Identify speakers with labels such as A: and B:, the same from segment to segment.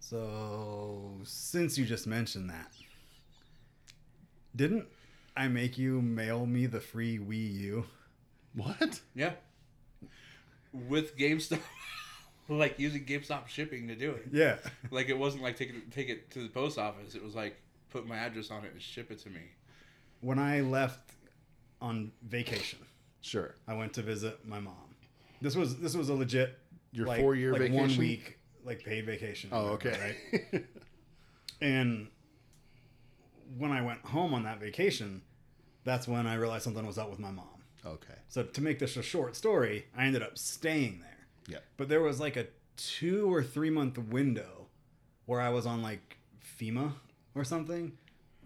A: So, since you just mentioned that, didn't I make you mail me the free Wii U?
B: What?
C: Yeah. With GameStop, like using GameStop shipping to do it.
A: Yeah.
C: Like it wasn't like take it, take it to the post office. It was like put my address on it and ship it to me.
A: When I left on vacation,
B: Sure.
A: I went to visit my mom. This was this was a legit
B: Your
A: like-
B: four-year
A: like one
B: vacation?
A: week like paid vacation.
B: Oh,
A: Right?
B: okay.
A: And when I went home on that vacation, that's when I realized something was up with my mom.
B: okay.
A: So to make this a short story, I ended up staying there.
B: Yeah.
A: But there was like a two or three month window where I was on like FEMA or something.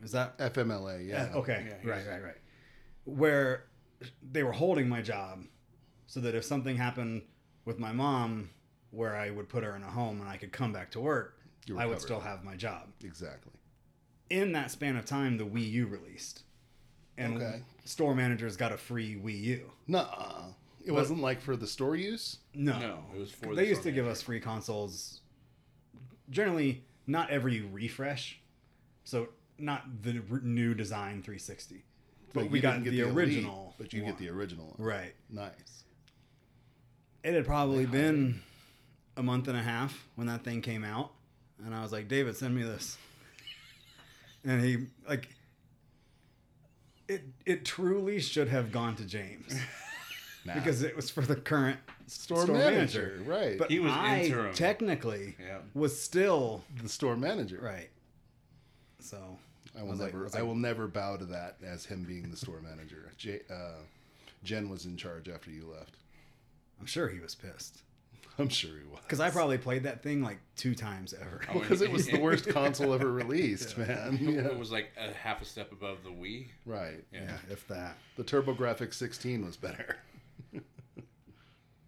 A: Is that
B: FMLA. Yeah.
A: yeah, okay.
C: Yeah, he
A: right,
C: was-
A: right, right. Where they were holding my job so that if something happened with my mom where I would put her in a home and I could come back to work,
B: You were
A: I would
B: covered.
A: still have my job.
B: Exactly.
A: In that span of time, the Wii U released. And
B: Okay.
A: store managers got a free Wii U.
B: Nuh-uh. It wasn't like for the store use.
A: No.
C: No, it was for the
A: They used
C: store
A: to give us free consoles generally not every refresh. So not the r- new design 360. But
B: you
A: we got
B: didn't
A: the,
B: get Elite,
A: original.
B: but you get
A: one.
B: the original. one.
A: Right.
B: Nice.
A: It had probably been a month and a half when that thing came out, and I was like, "David, send me this." And he like it. It truly should have gone to James
B: Nah.
A: because it was for the current
B: store,
A: store
B: manager,
A: manager.
B: right?
A: But
C: He was
A: I
C: interim.
A: technically
C: Yeah.
A: was still
B: the store manager,
A: right. So
B: I will
A: was like-
B: never,
A: was
B: I
A: like-
B: will never bow to that as him being the store manager. J, uh, Jen was in charge after you left.
A: I'm sure he was pissed
B: I'm sure he was.
A: because I probably played that thing like two times ever.
C: Oh,
B: because it was the
C: and-
B: worst console ever released, man.
C: It
B: Yeah.
C: was like a half a step above the Wii.
B: Right.
C: Yeah.
A: yeah, if that
B: The TurboGrafx 16 was better.
A: it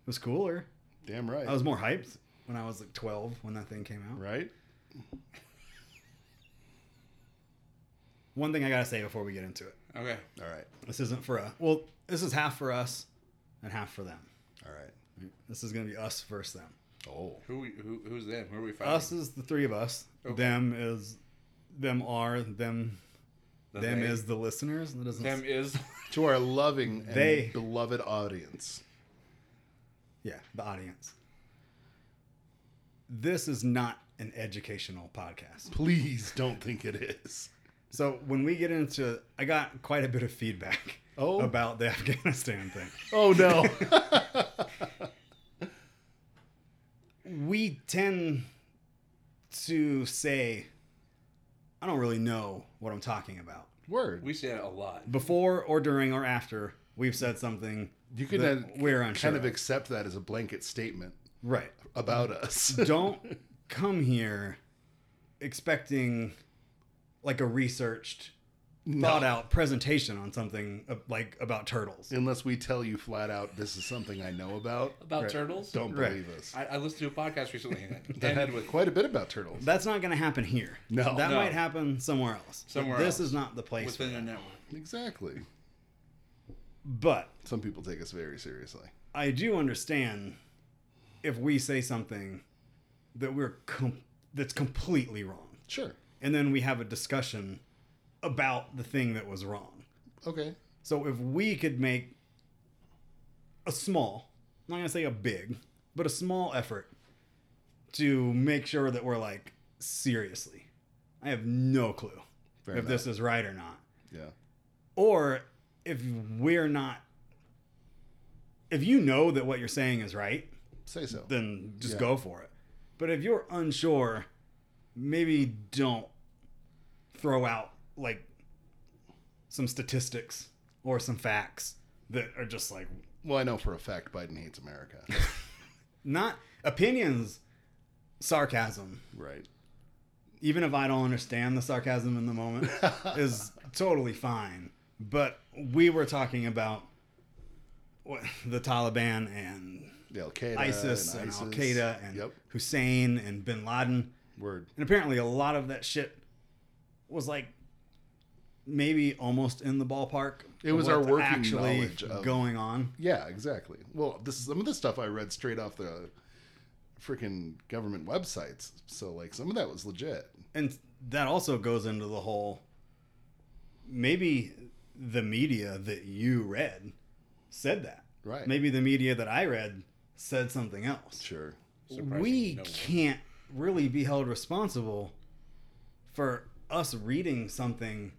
A: was cooler.
B: Damn right.
A: I was more hyped when I was like 12 when that thing came out.
B: right.
A: One thing I gotta say before we get into it:
C: Okay.
B: All right.
A: this isn't for us. Well, this is half for us and half for them.
B: All right.
A: This is gonna be us versus them.
B: Oh.
C: Who, we- who who's them? Who are we fighting?
A: Us is the three of us.
C: Okay.
A: Them is them are them.
C: The
A: them
C: they?
A: is the listeners. That doesn't.
C: them is
B: To our loving and
A: They-
B: beloved audience.
A: yeah, the audience. This is not an educational podcast.
B: Please don't think it is.
A: So when we get into, I got quite a bit of feedback
B: Oh.
A: about the Afghanistan thing.
B: Oh no.
A: we tend to say, I don't really know what I'm talking about.
B: Word.
C: we say it a lot.
A: Before or during or after we've said something
B: you can
A: that
B: uh,
A: we're unsure.
B: kind of
A: of.
B: accept that as a blanket statement
A: right.
B: about us.
A: Mm. Don't come here expecting like a researched,
B: No.
A: thought out presentation on something uh, like about turtles.
B: Unless we tell you flat out, this is something I know about.
C: About
A: Right.
C: turtles?
B: Don't
A: Right.
B: believe us.
C: I, I listened to a podcast recently and it
B: I
C: ended
B: had
C: with
B: quite a bit about turtles.
A: That's not going to happen here.
B: No.
A: That
C: No.
A: might happen somewhere else. But
C: Somewhere
A: this
C: else.
A: is not the place. for
C: within
A: that.
C: a network.
B: Exactly.
A: But
B: Some people take us very seriously.
A: I do understand if we say something that we're com- that's completely wrong,
B: Sure.
A: and then we have a discussion about the thing that was wrong.
B: Okay.
A: So if we could make a small, I'm not gonna say a big, but a small effort to make sure that we're like seriously, I have no clue
B: Fair
A: if
B: enough.
A: this is right or not,
B: Yeah.
A: or if we're not. If you know that what you're saying is right,
B: Say so.
A: then just
B: Yeah.
A: go for it. But if you're unsure, maybe don't throw out like some statistics or some facts that are just like
B: well, I know for a fact Biden hates America.
A: not opinions, sarcasm.
B: right.
A: Even if I don't understand the sarcasm in the moment, is totally fine. But we were talking about what, the Taliban and
B: The Al Qaeda.
A: ISIS and, Al Qaeda and
B: Yep.
A: Hussein and Bin Laden.
B: Word.
A: And apparently, a lot of that shit was like maybe almost in the ballpark.
B: It
A: of
B: was our
A: what's
B: working knowledge of-
A: going on.
B: Yeah, exactly. Well, this some of the stuff I read straight off the freaking government websites. So like some of that was legit.
A: and that also goes into the whole maybe the media that you read said that
B: Right.
A: maybe the media that i read said something else
B: Sure.
C: Surprising
A: we
C: no one.
A: can't really be held responsible for us reading something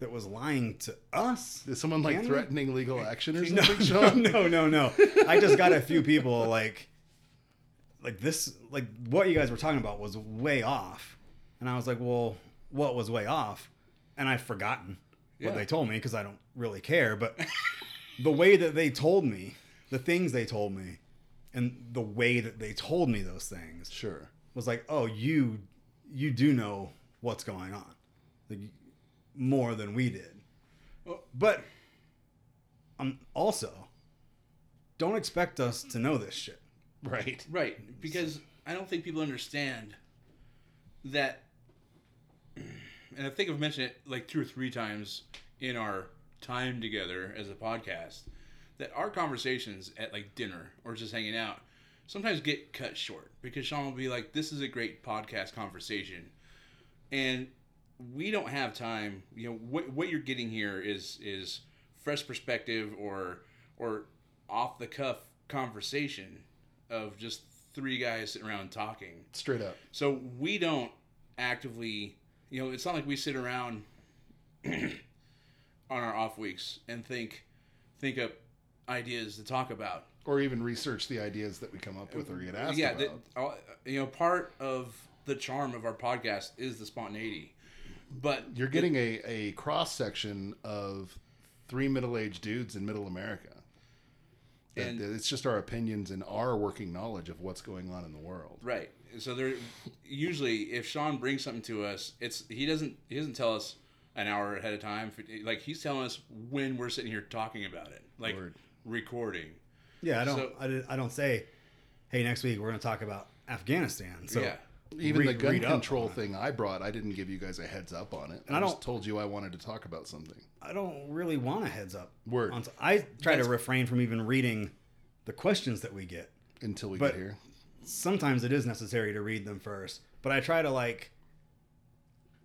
A: that was lying to us
B: Is someone like
A: Can we-
B: threatening legal action or
A: no,
B: something,
A: no,
B: Sean?
A: no, no, no. I just got a few people like, like this, like what you guys were talking about was way off, and I was like, well, what was way off? And I've forgotten
C: Yeah.
A: what they told me because I don't really care. But the way that they told me, the things they told me, and the way that they told me those things,
B: Sure.
A: was like, oh, you you do know what's going on, like more than we did.
C: Well-
A: But um, also, don't expect us to know this shit.
B: Right.
C: Right, because I don't think people understand that. And I think I've mentioned it like two or three times in our time together as a podcast that our conversations at like dinner or just hanging out sometimes get cut short because Sean will be like, This is a great podcast conversation. And we don't have time. You know what what you're getting here is is fresh perspective or or off the cuff conversation of just three guys sitting around talking.
B: Straight up.
C: So we don't actively, you know, it's not like we sit around on our off weeks and think think up ideas to talk about.
B: Or even research the ideas that we come up with or get asked
C: yeah,
B: about.
C: that- uh, you know, part of the charm of our podcast is the spontaneity. But
B: You're getting a, a cross section of three middle aged dudes in middle America. That-
C: And-
B: that it's just our opinions and our working knowledge of what's going on in the world.
C: Right. So there, usually, if Sean brings something to us, it's he doesn't he doesn't tell us an hour ahead of time. Like he's telling us when we're sitting here talking about it, like
B: Word.
C: recording.
A: Yeah, I don't.
C: So-
A: I, didn't- I don't say, hey, next week we're going to talk about Afghanistan. So
C: yeah.
B: Even
A: read-
B: the gun
A: read up
B: control
A: on it.
B: thing I brought, I didn't give you guys a heads up on it. I,
A: I
B: just
A: don't-
B: told you I wanted to talk about something.
A: I don't really want a heads up.
B: Word.
A: On, I try
C: That's-
A: to refrain from even reading the questions that we get.
B: Until we
A: But-
B: get here.
A: sometimes it is necessary to read them first, but I try to like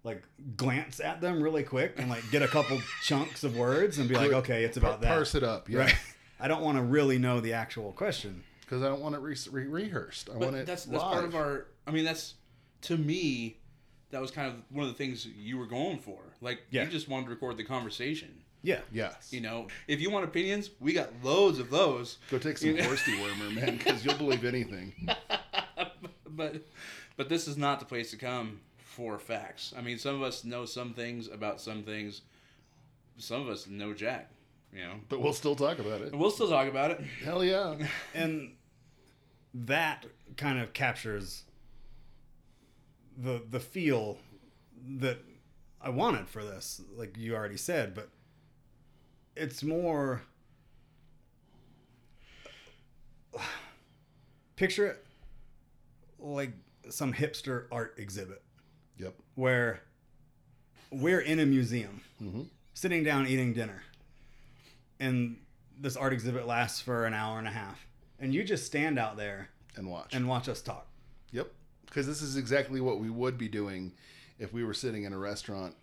A: like glance at them really quick and like get a couple chunks of words and be like, okay, it's about
B: Par-
A: that.
B: Parse it up, yeah.
A: Right. I don't want to really know the actual question.
B: Because I don't want it re- re- rehearsed. I want
C: But
B: it
C: that's that's part of
B: live.
C: our. I mean, that's to me, that was kind of one of the things you were going for. Like
A: Yeah.
C: you just wanted to record the conversation.
A: Yeah.
B: Yes.
C: You know, if you want opinions, we got loads of those.
B: Go take some
C: know-
B: horse dewormer, man, because you'll believe anything.
C: but but this is not the place to come for facts. I mean, some of us know some things about some things. Some of us know jack, you know.
B: But we'll still talk about it.
C: And we'll still talk about it.
B: Hell yeah.
A: And that kind of captures the the feel that I wanted for this, like you already said, but it's more picture it like some hipster art exhibit
B: Yep.
A: where we're in a museum
B: Mhm.
A: sitting down eating dinner and this art exhibit lasts for an hour and a half and you just stand out there
B: And watch.
A: and watch us talk
B: Yep. Because this is exactly what we would be doing if we were sitting in a restaurant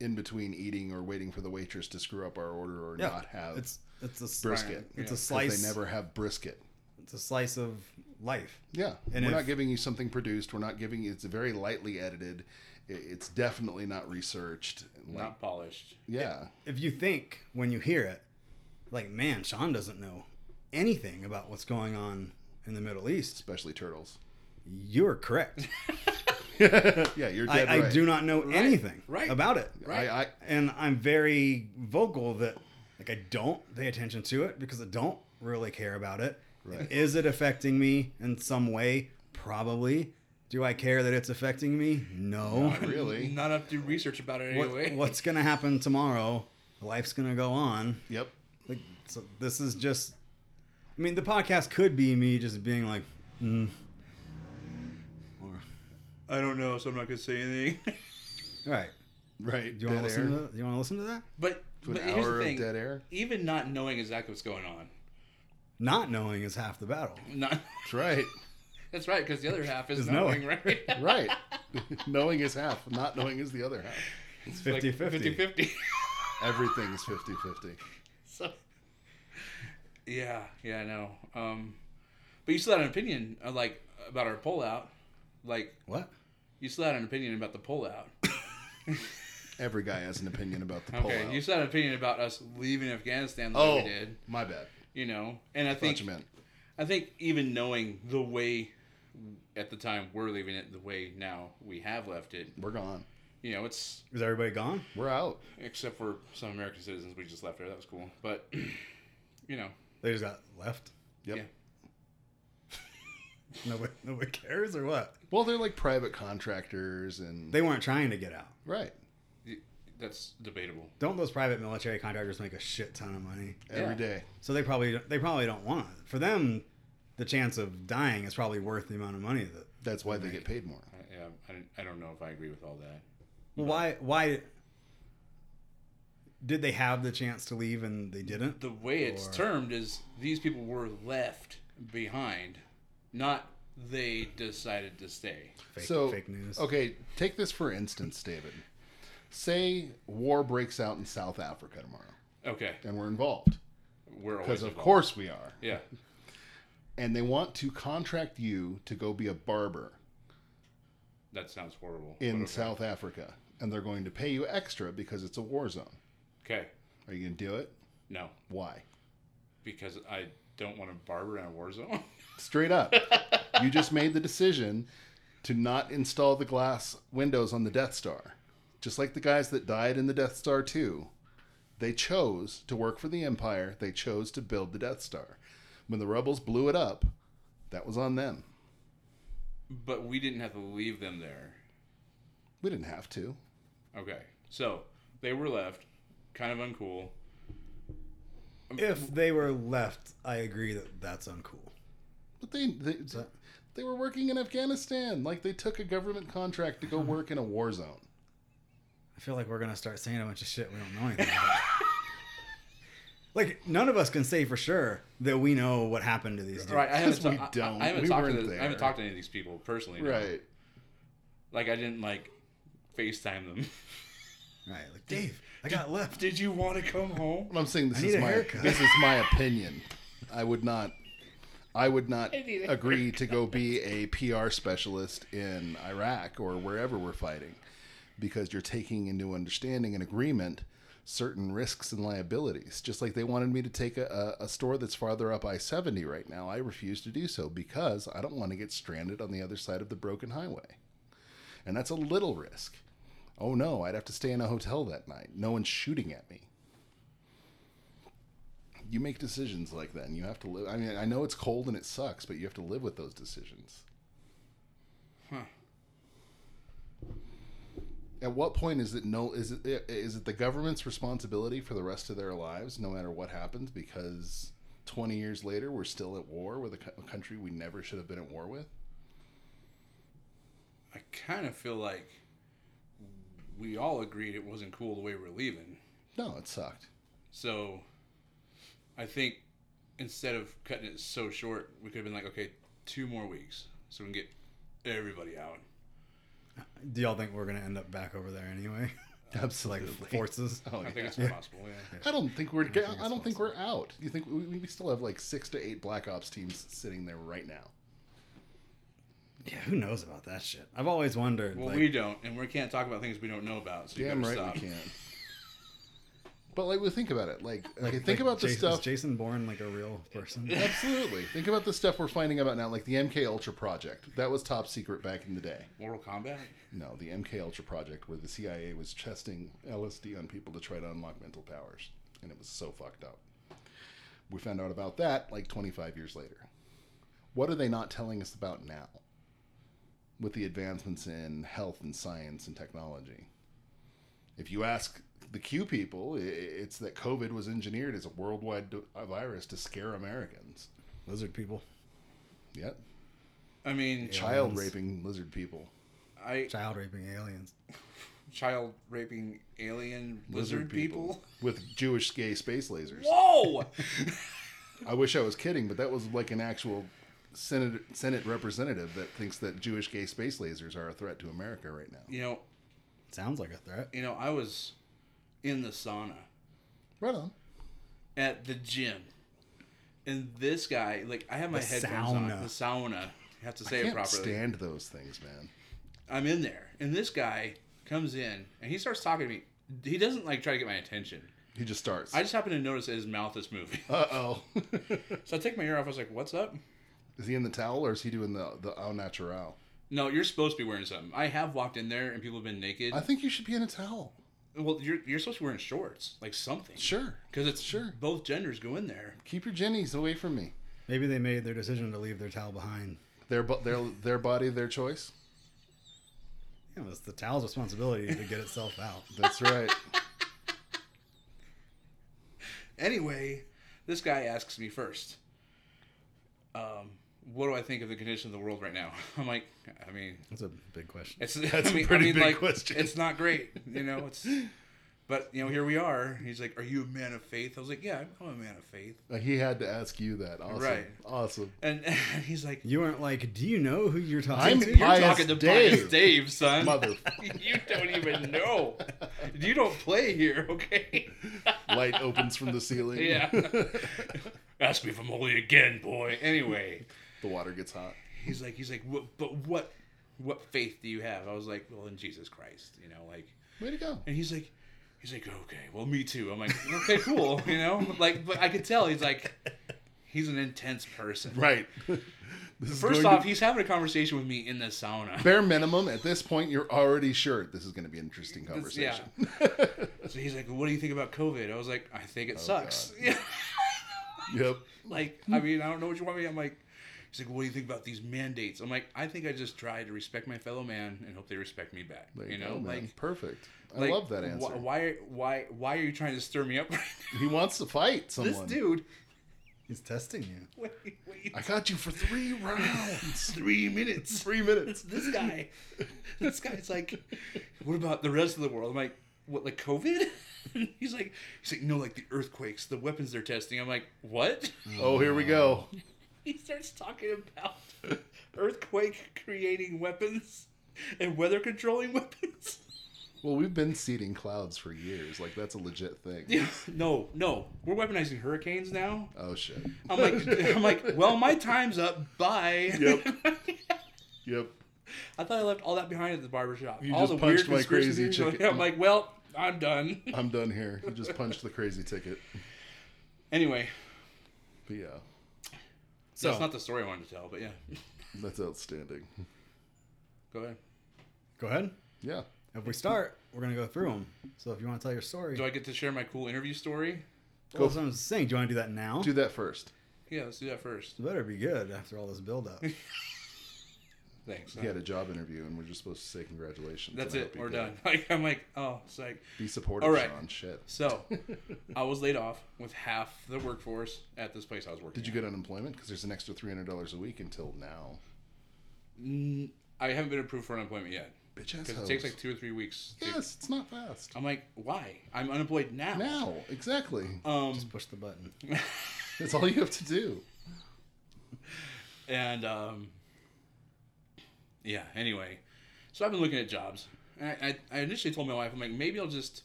B: in between eating or waiting for the waitress to screw up our order or
A: Yeah,
B: not have
A: it's it's a
B: brisket.
A: it's
C: Yeah.
A: a
B: 'Cause
A: slice
B: They never have brisket.
A: it's a slice of life
B: Yeah.
A: And
B: we're
A: if-
B: not giving you something produced. We're not giving you, it's very lightly edited. I- It's definitely not researched. Like,
C: Not polished.
B: yeah.
A: if you think when you hear it like man sean doesn't know anything about what's going on in the middle east
B: Especially turtles.
A: you're correct
B: Yeah, you're
A: I,
B: dead
A: I
B: right.
A: do not know anything
C: right,
A: about it
C: Right.
B: I, I,
A: and I'm very vocal that like I don't pay attention to it because I don't really care about it. Is
B: Right.
A: it affecting me in some way? Probably. Do I care that it's affecting me? No.
B: Not really.
C: Not enough to research about it
A: What-
C: anyway.
A: what's gonna happen tomorrow? Life's gonna go on.
B: Yep.
A: Like so this is just I mean the podcast could be me just being like mm. or
C: I don't know, so I'm not gonna say anything.
A: all right.
B: Right.
A: Do you wanna
B: Dead
A: listen
B: air.
A: to you wanna listen to that?
C: but
B: To
C: but
B: an
C: here's
B: hour
C: the
B: of
C: thing.
B: dead air.
C: Even not knowing exactly what's going on.
A: Not knowing is half the battle.
C: Not
B: That's right.
C: That's right, because the other half is
A: Is
C: knowing,
A: knowing.
C: right?
B: Right. knowing is half, not knowing is the other half.
A: It's
C: Like
A: 50 50.
C: 50-50.
B: Everything's 50 50.
C: so, yeah, yeah, I know. Um, but you still had an opinion, uh, like about our pull out. Like
A: What?
C: you still had an opinion about the pull out.
B: Every guy has an opinion about the
C: Okay,
B: pullout.
C: you still had an opinion about us leaving Afghanistan the
B: oh,
C: way we did.
B: my bad.
C: You know, and I think
B: Thought you meant.
C: I think even knowing the way at the time we're leaving it, the way now we have left it,
B: We're gone.
C: you know, it's
A: Is everybody gone?
B: We're out.
C: except for some American citizens we just left there. That was cool, but you know,
A: They just got left.
B: Yep.
C: Yeah.
A: Nobody, nobody cares or what?
B: Well, they're like private contractors and.
A: They weren't trying to get out.
B: right.
C: that's debatable.
A: Don't those private military contractors make a shit ton of money?
B: every
C: Yeah.
B: day.
A: So they probably they probably don't want it. For them, the chance of dying is probably worth the amount of money that.
B: That's why they get paid more.
C: I, yeah, I, don't- I don't know if I agree with all that.
A: Well, why why did they have the chance to leave and they didn't?
C: The way it's
A: Or-
C: termed is these people were left behind, not they decided to stay.
A: Fake,
B: so
A: fake news.
B: Okay, take this for instance, David. Say war breaks out in South Africa tomorrow,
C: Okay,
B: and we're involved
C: we're always
B: because of
C: involved.
B: course we are.
C: yeah,
B: And they want to contract you to go be a barber
C: that sounds horrible.
B: in
C: but okay.
B: South Africa, and they're going to pay you extra because it's a war zone.
C: Okay,
B: Are you going to do it?
C: no,
B: Why?
C: because I don't want to barber in a war zone.
B: Straight up, you just made the decision to not install the glass windows on the Death Star, just like the guys that died in the Death Star too. They chose to work for the Empire. They chose to build the Death Star. When the rebels blew it up, that was on them.
C: But we didn't have to leave them there.
B: We didn't have to.
C: Okay. So they were left, kind of uncool. Um,
A: If they were left, I agree that that's uncool.
B: But they they,
A: that-
B: they were working in Afghanistan. Like they took a government contract to go work in a war zone.
A: I feel like we're gonna start saying a bunch of shit we don't know anything about. like none of us can say for sure that we know what happened to these dudes.
C: Right, I haven't,
B: Because
C: ta-
B: we
C: I-
B: don't.
C: I, haven't
B: We
C: talked to
B: weren't
C: the, I haven't
B: there.
C: talked to any of these people personally. no.
B: Right.
C: Like I didn't like FaceTime them.
A: Right, like Dave, I got left.
C: Did you want to come home?
B: But I'm saying
A: I
B: this
A: need
B: is
A: a
B: my
A: haircut.
B: this is my opinion. I would not I would not
C: I need a
B: agree to go be a PR specialist in Iraq or wherever we're fighting because you're taking into understanding and agreement certain risks and liabilities. Just like they wanted me to take a, a, a store that's farther up I 70 right now, I refuse to do so because I don't want to get stranded on the other side of the broken highway. And that's a little risk. Oh no, I'd have to stay in a hotel that night. No one's shooting at me you make decisions like that and you have to live i mean i know it's cold and it sucks but you have to live with those decisions
C: Huh.
B: at what point is it no is it is it the government's responsibility for the rest of their lives no matter what happens because 20 years later we're still at war with a co- a country we never should have been at war with
C: I kind of feel like we all agreed it wasn't cool the way we're leaving.
B: no it sucked
C: So I think instead of cutting it so short, we could have been like, okay, two more weeks so we can get everybody out.
A: Do y'all think we're gonna end up back over there anyway? like
B: absolutely
A: forces.
B: oh,
C: I
B: yeah.
C: think it's possible, yeah.
B: I don't think we're. I don't,
A: think
B: think,
A: it's
B: we're out. You think we, we still have like six to eight Black Ops teams sitting there right now?
A: Yeah, who knows about that shit? I've always wondered.
C: Well,
A: like,
C: we don't, and we can't talk about things we don't know about. So you
B: Damn right
C: better stop.
B: we can. But like, we think about it. Like, okay,
A: like-
B: think
A: like
B: about the
A: Jason,
B: stuff.
A: Is Jason Bourne like a real person?
B: Absolutely, think about the stuff we're finding out now. Like the MK Ultra project, that was top secret back in the day.
C: Mortal Kombat.
B: No, the MK Ultra project, where the CIA was testing LSD on people to try to unlock mental powers, and it was so fucked up. We found out about that like 25 years later. What are they not telling us about now? With the advancements in health and science and technology, if you ask the Q people, i- i- it's that COVID was engineered as a worldwide d- a virus to scare Americans.
A: Lizard people,
B: Yep,
C: I mean,
B: child
A: Aliens.
B: raping lizard people,
C: I
A: child raping aliens.
C: child raping alien lizard, people.
B: with Jewish gay space lasers.
C: Whoa!
B: I wish I was kidding, but that was like an actual Senate Senate representative that thinks that Jewish gay space lasers are a threat to America right now.
C: You know,
A: Sounds like a threat.
C: you know, I was in the sauna
B: Right on.
C: at the gym, and this guy, like, I have my
A: The
C: headphones
A: sauna.
C: on. The sauna. You have to say
B: Can't
C: it properly.
B: stand those things, man.
C: I'm in there, and this guy comes in and he starts talking to me. He doesn't like try to get my attention.
B: He just starts.
C: I just happen to notice his mouth is moving.
B: Uh oh.
C: So I take my ear off. I was like, "What's up?"
B: is he in the towel or is he doing the the au natural?
C: No, you're supposed to be wearing something. I have walked in there and people have been naked.
B: I think you should be in a towel.
C: well, you're you're supposed to be wearing shorts, like something,
B: Sure.
C: because it's
B: Sure.
C: both genders go in there.
B: Keep your jennies away from me.
A: Maybe they made their decision to leave their towel behind.
B: Their bo- their their body, their choice.
A: You know, it's the towel's responsibility to get itself out.
B: That's right.
C: Anyway, this guy asks me first, um, "What do I think of the condition of the world right now?" I'm like, "I mean,
A: That's a big question.
C: It's
B: That's
C: I
B: a
C: mean,
B: pretty
C: I mean,
B: big
C: like,
B: question.
C: It's not great, you know. It's but you know here we are. He's like, "Are you a man of faith?" I was like, "Yeah, I'm a man of faith."
B: Uh, he had to ask you that. Awesome.
C: Right.
B: Awesome.
C: And, and he's like,
A: You weren't like, do you know who you're talking
B: I'm
A: to?
B: pi-
C: "You're
B: Pious
C: talking to
B: Dave.
C: Pious Dave, son.
B: Mother.
C: you don't even know. You don't play here, okay?
B: Light opens from the ceiling.
C: Yeah. Ask me if I'm holy again, boy. Anyway,
B: the water gets hot.
C: he's like, he's like, "What- but what, what faith do you have? I was like, well, in Jesus Christ, you know, like.
B: Way to go.
C: And he's like, he's like, okay, well, me too. I'm like, okay, cool, you know, like, but I could tell he's like, he's an intense person.
B: Right. This is going
C: First
B: to-
C: off, he's having a conversation with me in the sauna.
B: bare minimum at this point, you're already sure this is going to be an interesting
C: This- yeah.
B: conversation.
C: So he's like, what do you think about COVID? I was like, I think
B: Oh,
C: it sucks.
B: yep.
C: like, I mean, I don't know what you want me. I'm like, he's like, what do you think about these mandates? I'm like, I think I just try to respect my fellow man and hope they respect me back.
B: There
C: you, know,
B: go, man.
C: like.
B: perfect. I
C: like,
B: love that
C: wh-
B: answer.
C: Why, why, why are you trying to stir me up? right now?
B: he wants to fight
C: This
B: someone.
C: dude,
A: He's testing you.
C: wait, wait,
B: I got you for three rounds.
C: three minutes.
B: three minutes.
C: this guy. This guy's like, what about the rest of the world? I'm like, what, like COVID? he's like, he's like, no, like the earthquakes, the weapons they're testing. I'm like, what?
B: Oh, here we go.
C: he starts talking about earthquake creating weapons and weather controlling weapons.
B: Well, we've been seeding clouds for years. Like that's a legit thing.
C: Yeah, no, no, we're weaponizing hurricanes now.
B: Oh shit.
C: I'm like, I'm like, well, my time's up. Bye.
B: Yep. Yep.
C: I thought I left all that behind at the barbershop.
B: You
C: all
B: just
C: the weird
B: punched my
C: conspiracy
B: crazy
C: theories.
B: chicken.
C: I'm like, well, I'm done.
B: I'm done here. You just punched the crazy ticket.
C: Anyway,
B: But yeah,
C: So
A: So-
C: that's not the story I wanted to tell, but yeah.
B: that's outstanding.
C: Go ahead.
A: Go ahead.
B: Yeah.
A: If we start, we're gonna go through them. So if you want to tell your story,
C: Do I get to share my cool interview story?
A: well, that's what I'm saying. Do you want to do that now?
B: Do that first.
C: Yeah, let's do that first.
A: It better be good after all this buildup.
C: Thanks.
B: He had a job interview, and we're just supposed to say congratulations.
C: that's
B: and I
C: it.
B: hope you
C: We're
B: did.
C: done. Like I'm like, oh, it's like
B: Be supportive,
C: All right.
B: Sean. Shit.
C: so. I was laid off with half the workforce at this place I was working.
B: Did you get unemployment? Because there's an extra three hundred dollars a week until now.
C: you? I haven't been approved for unemployment yet
B: Bitch ass
C: because
B: hoes.
C: it takes like two or three weeks. to-
B: yes, it's not fast.
C: I'm like, why? I'm unemployed now.
B: Now, exactly.
C: Um,
A: Just push the button.
B: That's all you have to do.
C: and um, yeah. Anyway, so I've been looking at jobs. And I, I, I initially told my wife, I'm like, maybe I'll just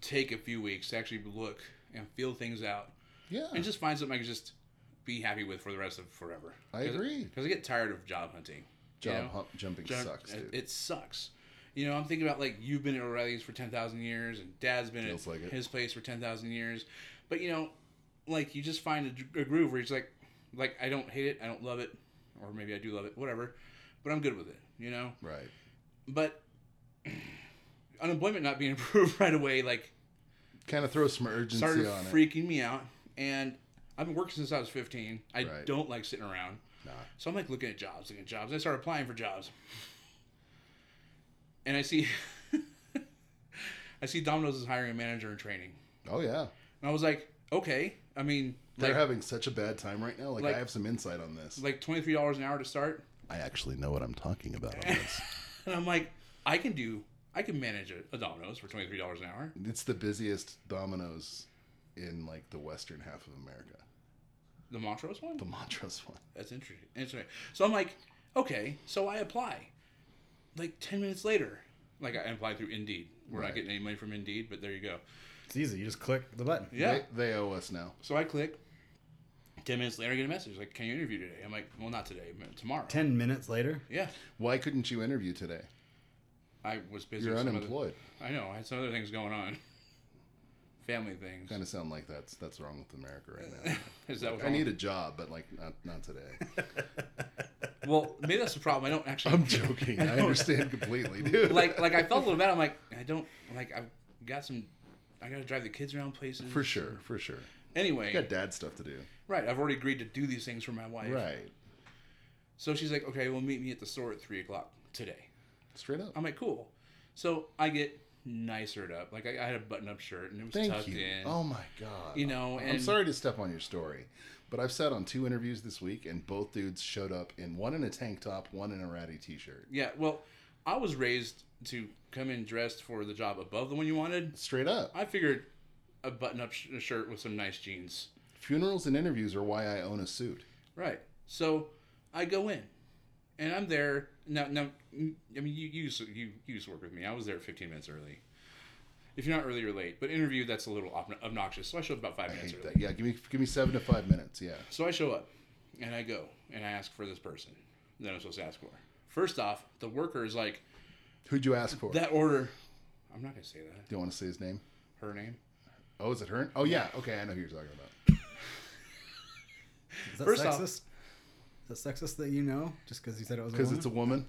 C: take a few weeks to actually look and feel things out
B: Yeah,
C: and just find something I can just be happy with for the rest of forever.
B: I agree.
C: Because I get tired of job hunting. you
B: Job
C: know?
B: hump jumping
C: Job-
B: sucks,
C: it-
B: dude.
C: It sucks. You know, I'm thinking about like you've been at O'Reilly's for ten thousand years, and Dad's been
B: Feels
C: at
B: like it.
C: his place for ten thousand years, but you know, like you just find a, dr- a groove where you're just like, like I don't hate it, I don't love it, or maybe I do love it, whatever, but I'm good with it. You know,
B: right.
C: but unemployment not being approved right away, like
B: Kind of throw some urgency
C: started
B: on it.
C: freaking me out. And I've been working since I was 15. I
B: Right.
C: don't like sitting around.
B: Nah.
C: So I'm like looking at jobs, looking at jobs. I start applying for jobs. And I see I see Domino's is hiring a manager in training.
B: Oh yeah,
C: And I was like, okay. I mean,
B: they're
C: like,
B: having such a bad time right now. Like,
C: like-
B: I have some insight on this.
C: like $23 an hour to start.
B: I actually know what I'm talking about on this.
C: And I'm like, I can do, I can manage a, a Domino's for $23 an hour.
B: it's the busiest Domino's in like the western half of America.
C: The Montrose one?
B: The Montrose one.
C: That's interesting. Interesting. So I'm like, okay, so I apply. Like ten minutes later, like I applied through Indeed. We're
B: Right.
C: not getting any money from Indeed, but there you go.
A: It's easy. You just click the button.
C: Yeah.
B: They, they owe us now.
C: So I click. Ten minutes later, I get a message like, "Can you interview today?" I'm like, "Well, not today, but tomorrow."
A: Ten minutes later,
C: Yeah,
B: Why couldn't you interview today?
C: I was busy.
B: You're
C: with some other-
B: unemployed.
C: I know. I had some other things going on. Family things.
B: Kind of sound like that's that's wrong with America right now.
C: Is that what
B: I need a job, but like not not today.
C: Well, maybe that's the problem. I don't actually.
B: I'm joking. I understand completely, dude.
C: like like I felt a little bad. I'm like I don't like I've got some. I gotta drive the kids around places.
B: for sure, for sure.
C: Anyway,
B: You got dad stuff to do.
C: right. I've already agreed to do these things for my wife.
B: Right.
C: So she's like, okay, well, meet me at the store at three o'clock today.
B: Straight up.
C: I'm like, cool. So I get nicered up. Like I, I had a button-up shirt and it was
B: Thank
C: tucked
B: you.
C: in.
B: Oh my god.
C: You know,
B: I'm
C: and-
B: sorry to step on your story, but I've sat on two interviews this week, and both dudes showed up in one in a tank top, one in a ratty t-shirt.
C: Yeah. Well, I was raised to come in dressed for the job above the one you wanted.
B: Straight up.
C: I figured a button-up sh- shirt with some nice jeans.
B: Funerals and interviews are why I own a suit.
C: Right. So I go in, and I'm there. Now, now, m- I mean, you you used to- you you used to work with me. I was there 15 minutes early. If you're not early, you're late. But interview, that's a little obno- obnoxious. So I showed up about five
B: I
C: minutes
B: hate
C: early.
B: that. Yeah, give me give me seven to five minutes. Yeah.
C: So I show up, and I go and I ask for this person that I'm supposed to ask for. First off, the worker is like
B: Who'd you ask for?
C: that order. I'm not gonna say that.
B: Do you want to say his name?
C: Her name.
B: Oh, is it her? Oh yeah. Okay, I know who you're talking about.
A: is that
C: First off-
A: sexist? is that sexist that you know? Just because you said it was a
B: Because
A: woman?
B: it's a
C: Mm-hmm.
B: woman.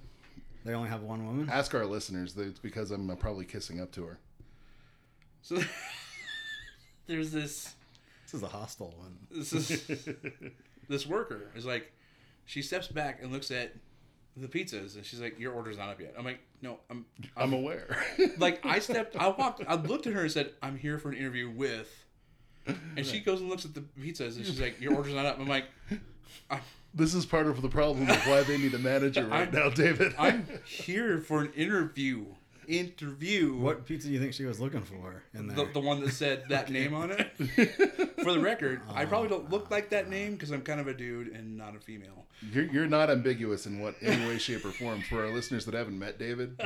A: they only have one woman.
B: Ask our listeners. It's because I'm uh, probably kissing up to her.
C: So there's this
A: This is a hostile one.
C: this is this worker is like she steps back and looks at the pizzas and she's like your order's not up yet i'm like no i'm,
B: I'm
C: I'm
B: aware.
C: like i stepped i walked i looked at her and said i'm here for an interview with and she goes and looks at the pizzas and she's like your order's not up i'm like i'm,
B: this is part of the problem of why they need a manager right
C: I'm-
B: now, David.
C: I'm here for an interview interview
A: What pizza do you think she was looking for in there?
C: the, the one that said that name on it for the record i probably don't look
B: Ah.
C: like that name because i'm kind of a dude and not a female
B: You're, you're not ambiguous in what any way, shape, or form. For our listeners that haven't met David,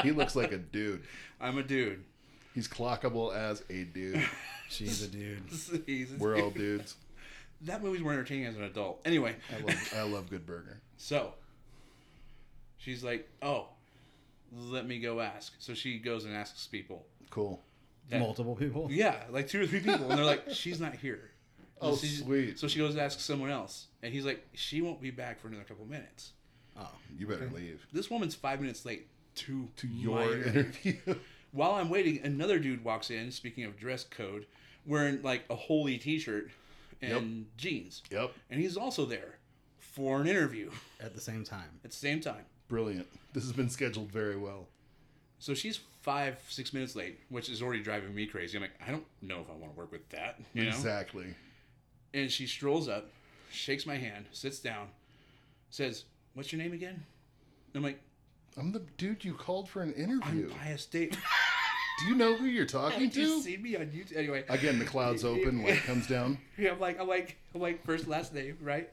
B: he looks like a dude.
C: i'm a dude
B: He's clockable as a dude.
A: She's a dude.
C: He's-
B: We're all dudes.
C: that movie's more entertaining as an adult. Anyway,
B: I love I love Good Burger.
C: so she's like, "Oh, let me go ask." So she goes and asks people.
B: Cool.
C: that-
A: Multiple people.
C: Yeah, like two or three people, and they're like, "She's not here."
B: Oh,
C: So she-
B: sweet.
C: So she goes and asks someone else, and he's like, "She won't be back for another couple minutes."
A: Oh,
B: You better leave
C: This woman's five minutes late to
B: to
C: my
B: your
C: interview.
B: interview.
C: While I'm waiting, another dude walks in. Speaking of dress code, wearing like a holy T-shirt and jeans,
B: yep.
C: and he's also there for an interview
A: at the same time.
C: at the same time.
B: Brilliant. This has been scheduled very well.
C: So she's five, six minutes late, which is already driving me crazy. I'm like, I don't know if I want to work with that, you know.
B: Exactly.
C: And she strolls up, shakes my hand, sits down, says, "What's your name again?" I'm like,
B: I'm the dude you called for an interview.
C: "I'm Pius State.
B: Do you know who you're talking
C: Did you
B: to?
C: see me on YouTube?" Anyway,
B: Again, the clouds open, light comes down.
C: yeah, I'm like, I'm like, I'm like, first last name, right?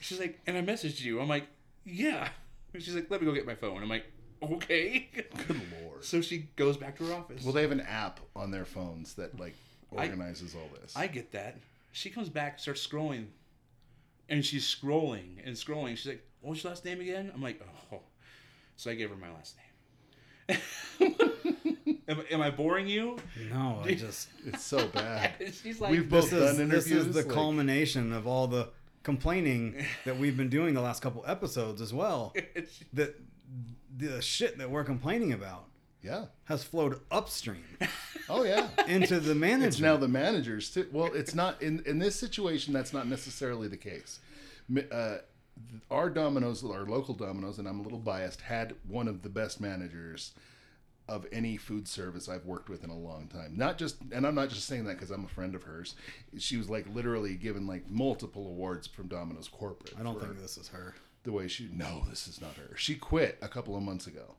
C: She's like, and I messaged you. I'm like, yeah. And she's like, let me go get my phone. I'm like, okay.
B: Good lord.
C: so she goes back to her office.
B: Well, they have an app on their phones that like organizes all this.
C: I get that. She comes back, starts scrolling, and she's scrolling and scrolling. She's like, "What's your last name again?" I'm like, "Oh." So I gave her my last name. am, am I boring you?
A: No, I just
B: it's so bad.
C: And she's like,
B: We've both
A: this is
B: done
A: this
B: interviews.
A: is the
B: like,
A: culmination of all the complaining that we've been doing the last couple episodes as well. That the shit that we're complaining about
B: Yeah.
A: has flowed upstream
B: Oh yeah.
A: into the
B: It's now
A: management.
B: the managers too. Well, it's not in in this situation. That's not necessarily the case. Mi- Uh, our Domino's, our local Domino's, and I'm a little biased, had one of the best managers of any food service I've worked with in a long time. Not just, and I'm not just saying that because I'm a friend of hers. She was like literally given like multiple awards from Domino's corporate.
A: I don't
B: for
A: think this is her.
B: the way she no this is not her she quit a couple of months ago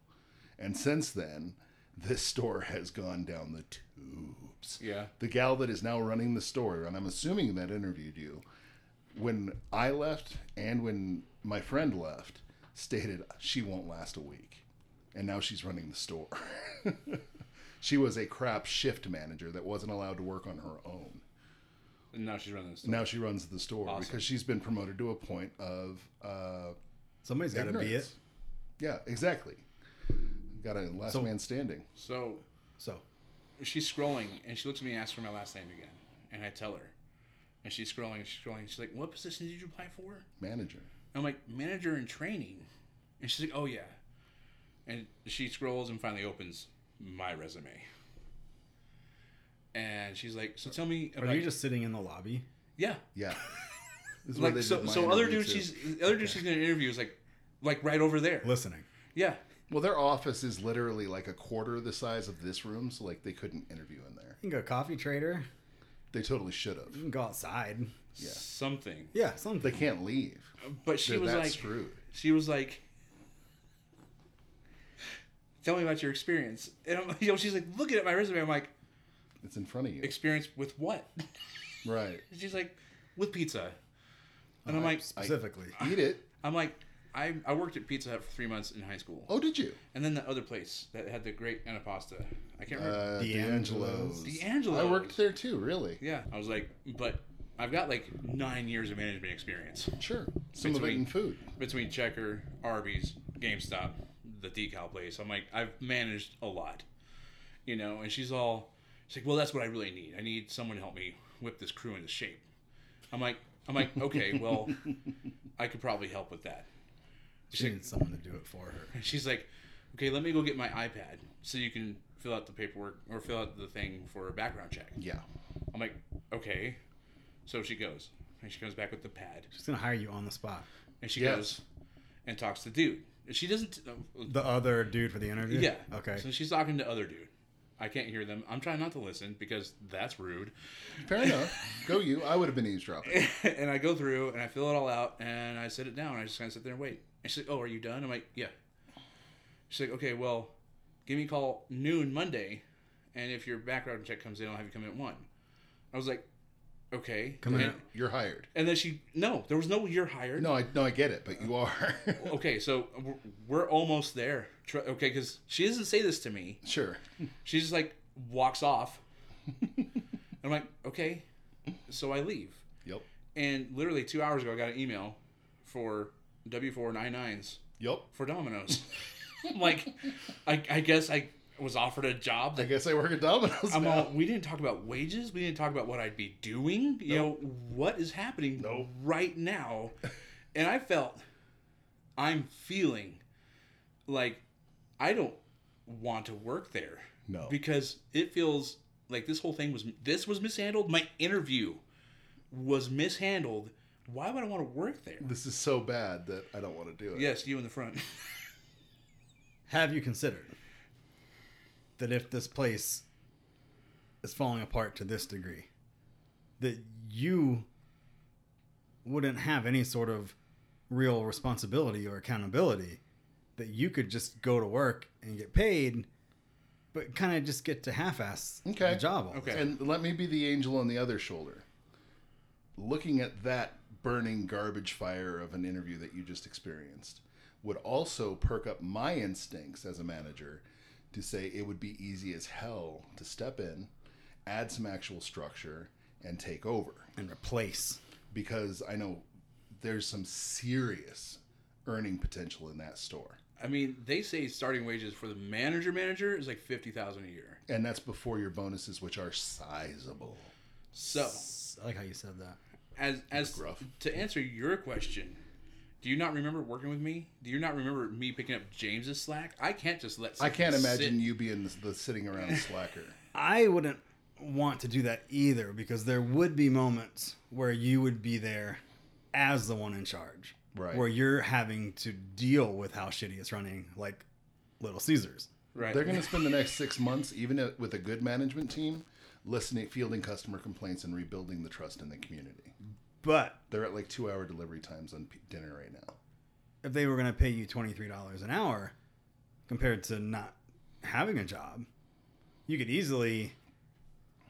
B: and since then this store has gone down the tubes
C: Yeah.
B: the gal that is now running the store and i'm assuming that interviewed you when I left and when my friend left, stated she won't last a week. And now she's running the store. she was a crap shift manager that wasn't allowed to work on her own.
C: And now she's running the store.
B: Now she runs the store
C: Awesome.
B: because she's been promoted to a point of uh,
A: Somebody's got to be it.
B: ignorance. Yeah, exactly. Got a last
A: So-
B: man standing.
C: So
A: So
C: she's scrolling and she looks at me and asks for my last name again. And I tell her. And she's scrolling, she's scrolling. She's like, What position did you apply for?
B: Manager.
C: I'm like, Manager in training. And she's like, Oh, yeah. And she scrolls and finally opens my resume. And she's like, So tell me
A: are
C: about.
A: you just sitting in the lobby?
C: Yeah.
B: Yeah. This is where
C: Like,
B: they
C: so,
B: did my
C: so other
B: interview,
C: dude,
B: too.
C: she's, the other dude she's going to interview is like, like right over there.
A: Listening.
C: Yeah.
B: Well, their office is literally like a quarter the size of this room, so like they couldn't interview in there.
A: You can go coffee trader.
B: They totally should have.
A: You can go outside.
B: Yeah.
C: Something.
A: Yeah,
B: They
A: something.
B: can't leave.
C: But she
B: They're
C: was
B: that
C: like,
B: screwed.
C: she was like, "Tell me about your experience." And I'm, you know, she's like looking at my resume. I'm like,
B: It's in front of you.
C: "Experience with what?"
B: Right.
C: And she's like, "With pizza." And I'm like,
A: Specifically.
B: Eat it.
C: I'm like, I, I worked at Pizza Hut for three months in high school,
B: Oh, did you?
C: and then the other place that had the great antipasta. I can't remember.
B: Uh,
A: D'Angelo's.
B: D'Angelo's.
C: D'Angelo's.
B: I worked there too, really.
C: yeah, I was like, but I've got like nine years of management experience
B: Sure. Some of it
C: Between-
B: in food.
C: between Checker, Arby's, GameStop, the decal place. I'm like, I've managed a lot, you know. And she's all, she's like, well, that's what I really need. I need someone to help me whip this crew into shape. I'm like, I'm like, okay, well, I could probably help with that.
A: She needs someone to do it for her.
C: And she's like, okay, let me go get my iPad so you can fill out the paperwork or fill out the thing for a background check.
B: Yeah.
C: I'm like, okay. So she goes and she comes back with the pad
A: She's gonna hire you on the spot.
C: and she
B: Yes.
C: goes and talks to dude. And She doesn't. uh,
A: The other dude for the interview.
C: Yeah.
A: Okay.
C: So she's talking to other dude. I can't hear them. I'm trying not to listen because that's rude.
B: Fair enough. Go you. I would have been eavesdropping.
C: and I go through and I fill it all out and I sit it down and I just kind of sit there and wait. And she's like, "Oh, are you done?" I'm like, "Yeah." She's like, "Okay, well, give me a call noon Monday, and if your background check comes in, I'll have you come in at one." I was like, "Okay."
A: Come in
C: And,
A: at-
B: You're hired.
C: and then she, no, there was no you're hired.
B: No, I no, I get it, but you are.
C: Okay, so we're, we're almost there. Tr- Okay, because she doesn't say this to me.
B: sure.
C: She just like walks off. I'm like, okay. So I leave.
B: Yep.
C: And literally two hours ago, I got an email for W499s
B: Yep.
C: for Domino's. I'm like, I, I guess I was offered a job.
B: I
C: That
B: guess I work at Domino's
C: I'm
B: now.
C: all, we didn't talk about wages. We didn't talk about what I'd be doing. You know, what is happening
B: Nope.
C: right now? And I felt, I'm feeling like I don't want to work there
B: No.
C: because it feels like this whole thing was this was mishandled. My interview was mishandled. Why would I want to work there?
B: This is so bad that I don't want to do it.
C: Yes, you in the front.
A: Have you considered that if this place is falling apart to this degree, that you wouldn't have any sort of real responsibility or accountability, that you could just go to work and get paid, but kind of just get to half ass
B: Okay.
A: the job. All the
C: Okay.
A: time?
B: And let me be the angel on the other shoulder. Looking at that burning garbage fire of an interview that you just experienced would also perk up my instincts as a manager to say it would be easy as hell to step in, add some actual structure, and take over.
A: And replace.
B: Because I know there's some serious earning potential in that store.
C: I mean, they say starting wages for the manager manager is like fifty thousand a year.
B: And that's before your bonuses, which are sizable.
C: So
A: I like how you said that.
C: as as
B: Gruff.
C: to answer your question, do you not remember working with me? Do you not remember me picking up James's slack? I can't just let.
B: I can't
C: someone
B: imagine
C: sit-
B: you being the, the sitting around slacker.
A: I wouldn't want to do that either because there would be moments where you would be there as the one in charge.
B: Right.
A: Where you're having to deal with how shitty it's running, like Little Caesars.
C: Right.
B: They're going to spend the next six months, even at- with a good management team, listening, fielding customer complaints, and rebuilding the trust in the community.
A: But
B: They're at like two hour delivery times on p- dinner right now.
A: if they were going to pay you $23 an hour compared to not having a job, you could easily,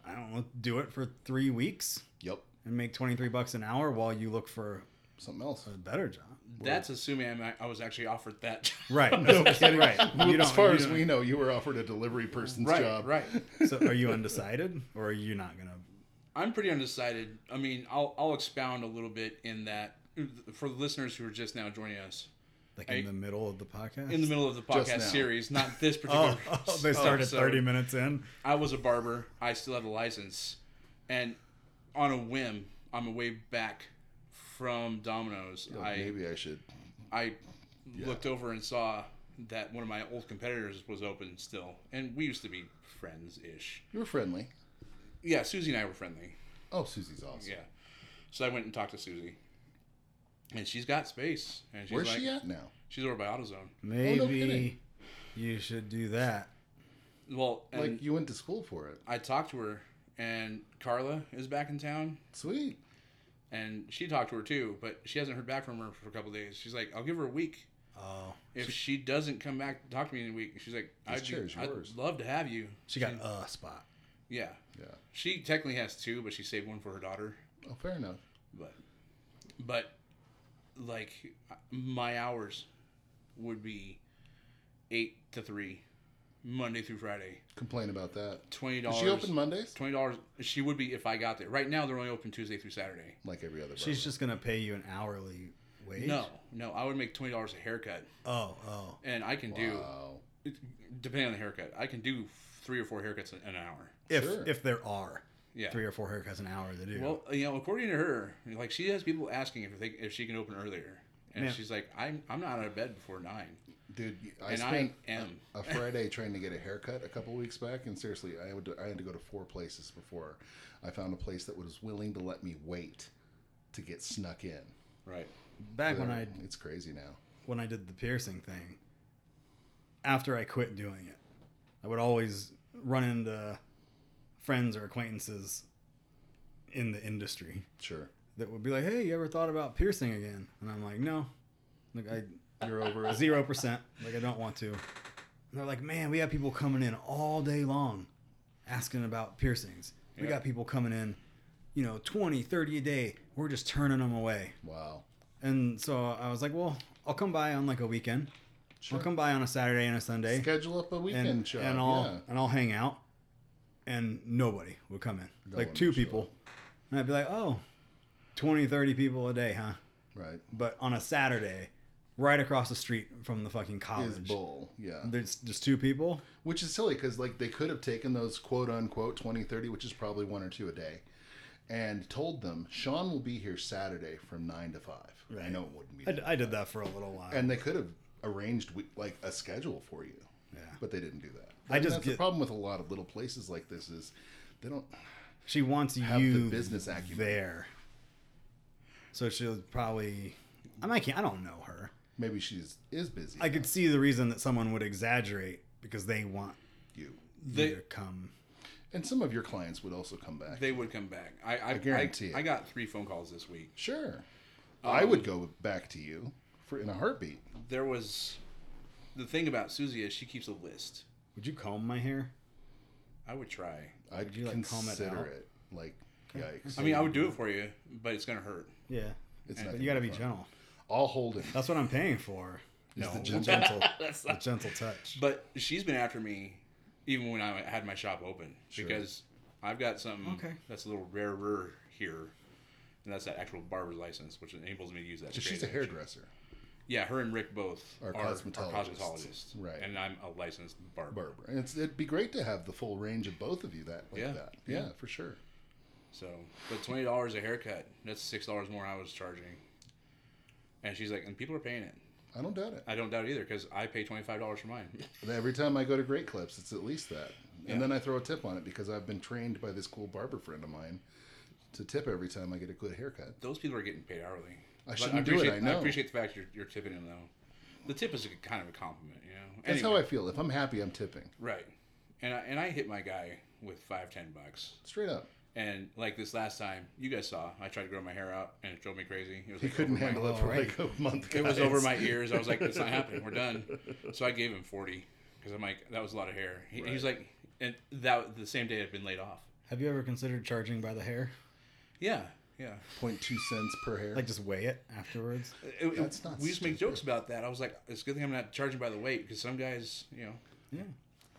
A: I don't know, do it for three weeks
B: Yep.
A: and make 23 bucks an hour while you look for
B: Something else.
A: a better job.
C: That's assuming I'm, I was actually offered that job.
A: Right.
B: No kidding.
A: Right. You
B: as
A: don't-
B: far
A: you
B: as
A: don't-
B: we know, you were offered a delivery person's
C: Right,
B: job.
C: right.
A: So are you undecided or are you not going to?
C: I'm pretty undecided. I mean, I'll I'll expound a little bit in that for the listeners who are just now joining us
A: Like in
C: I-
A: the middle of the podcast?
C: in the middle of the
B: now.
C: podcast series, not this particular.
A: Oh, oh, they started
C: episode.
A: 30 minutes in.
C: I was a barber. I still had a license, and on a whim, on my way back from Domino's,
A: Oh,
B: Like,
C: I
B: maybe I should.
C: I looked over and saw that one of my old competitors was open still, and we used to be friends ish.
B: You were friendly.
C: Yeah, Susie and I were friendly.
B: Oh, Susie's awesome.
C: Yeah, so I went and talked to Susie, and she's got space. And she's
B: Where's
C: like,
B: she at now?
C: She's over by AutoZone.
A: Maybe
B: kidding.
A: you should do that.
C: Well, and
B: like you went to school for it.
C: I talked to her, and Carla is back in town,
B: Sweet.
C: and she talked to her too, but she hasn't heard back from her for a couple days. She's like, I'll give her a week.
A: Oh,
C: If she doesn't come back to talk to me in a week, she's like,
B: This
C: I'd, be,
B: chair is
C: I'd
B: yours."
C: love to have you.
A: she got a spot.
C: Yeah.
B: Yeah.
C: She technically has two, but she saved one for her daughter.
B: Oh, fair enough.
C: But, but, like, my hours would be eight to three, Monday through Friday.
B: Complain about that.
C: Twenty
B: Is
C: dollars.
B: she open Mondays?
C: Twenty dollars. She would be if I got there. Right now, they're only open Tuesday through Saturday.
B: Like every other.
A: She's
B: barber.
A: just going to pay you an hourly wage?
C: No, no, I would make twenty dollars a haircut,
A: Oh, oh.
C: and I can
B: Wow.
C: do, depending on the haircut, I can do three or four haircuts in an hour.
A: If,
B: Sure.
A: if there are
C: Yeah.
A: three or four haircuts an hour to do.
C: Well, you know, according to her, like she has people asking if they if she can open earlier, and
A: Yeah.
C: she's like, I'm I'm not out of bed before nine,
B: Dude, I
C: and
B: spent
C: I am.
B: a Friday trying to get a haircut a couple weeks back, and seriously, I would I had to go to four places before I found a place that was willing to let me wait to get snuck in.
C: Right.
A: Back when
B: They're-
A: I
B: it's crazy now.
A: when I did the piercing thing, after I quit doing it, I would always run into friends or acquaintances in the industry
B: Sure,
A: that would be like, "Hey, you ever thought about piercing again?" And I'm like, "No, like I you're over zero percent. Like I don't want to." And they're like, "Man, we have people coming in all day long, asking about piercings. We
C: Yeah.
A: got people coming in, you know, 20, 30 a day. We're just turning them away."
B: wow.
A: And so I was like, "Well, I'll come by on like a weekend."
B: Sure.
A: I'll come by on a Saturday and a Sunday,
B: Schedule up a weekend
A: and,
B: job.
A: and I'll
B: yeah.
A: and I'll hang out, and nobody would come in,
B: No
A: like
B: one
A: two
B: would show
A: people, and I'd be like, oh, 20, 30 people a day, huh?
B: Right.
A: But on a Saturday, right across the street from the fucking
B: Is
A: college,
B: bull. Yeah.
A: there's just two people.
B: which is silly because like they could have taken those quote unquote 20 30 which is probably one or two a day and told them sean will be here saturday from 9 to 5 i
A: Right.
B: know it wouldn't be
A: I, d- I did that for a little while.
B: and they could have arranged we- like a schedule for you
A: yeah,
B: but they didn't do that
A: I
B: And
A: just
B: that's the
A: get-
B: problem with a lot of little places like this is they don't
A: she wants
B: have
A: you
B: the business acumen
A: there, so she'll probably. I mean, I can't. I don't know her.
B: maybe she's is busy
A: I could see the reason that someone would exaggerate because they want
B: you
A: you
C: They
A: to come.
B: and some of your clients would also come back
C: they would come back. I I,
B: guarantee it.
C: I, I got three phone calls this week.
B: sure
A: Um,
B: i would go back to you for in a heartbeat
C: There was, the thing about Susie is she keeps a list.
A: Would you comb my hair?
C: I would try.
B: i'd
A: Would you, like, comb it
B: consider
A: out?
B: it, like yikes
C: I mean, I would do it for you, but it's gonna hurt.
A: Yeah.
B: It's
A: But
B: not
A: you got to
B: gonna
A: be
B: fun.
A: gentle.
B: I'll hold it.
A: That's what I'm paying for.
C: No,
A: The gentle, the gentle touch.
C: But she's been after me, even when I had my shop open,
B: Sure.
C: because I've got something
A: Okay.
C: that's a little rarer here, and that's that actual barber's license, which enables me to use that.
B: So she's a
C: trade.
B: hairdresser.
C: Yeah, her and Rick both
B: Are
C: are,
B: cosmetologists.
C: cosmetologists. cosmetologists.
B: Right.
C: and I'm a licensed barber.
B: Barbara. And it's, it'd be great to have the full range of both of you that like
C: Yeah.
B: that. Yeah,
C: Yeah.
B: for sure.
C: So, but twenty dollars a haircut. That's six dollars more I was charging. And she's like, and people are paying it.
B: I don't doubt it.
C: I don't doubt it either because I pay twenty five dollars for mine.
B: Every time I go to Great Clips, it's at least that.
C: Yeah.
B: And then I throw a tip on it because I've been trained by this cool barber friend of mine to tip every time I get a good haircut.
C: Those people are getting paid hourly. But
B: shouldn't do it,
C: appreciate-
B: I know.
C: appreciate the fact you're, you're tipping them though. The tip is a, kind of a compliment, you know.
B: That's
C: Anyway.
B: how I feel. If I'm happy, I'm tipping.
C: Right. And I, and I hit my guy with five, ten bucks.
B: Straight up.
C: And like this last time, you guys saw, I tried to grow my hair out and it drove me crazy. It was
B: He
C: like
B: couldn't
C: over my-
B: handle it for like a month.
C: It was
B: guys.
C: over my ears. I was like, it's not happening. We're done. So I gave him 40 because I'm like, that was a lot of hair. He, he was like, and that the same day I'd been laid off.
A: Have you ever considered charging by the hair?
C: Yeah. Yeah.
B: 0.2 cents per hair.
A: Like just weigh it afterwards.
C: It- it-
B: That's not
C: we used to make
B: stupid.
C: jokes about that. I was like, it's a good thing I'm not charging by the weight because some guys, you know,
A: Yeah.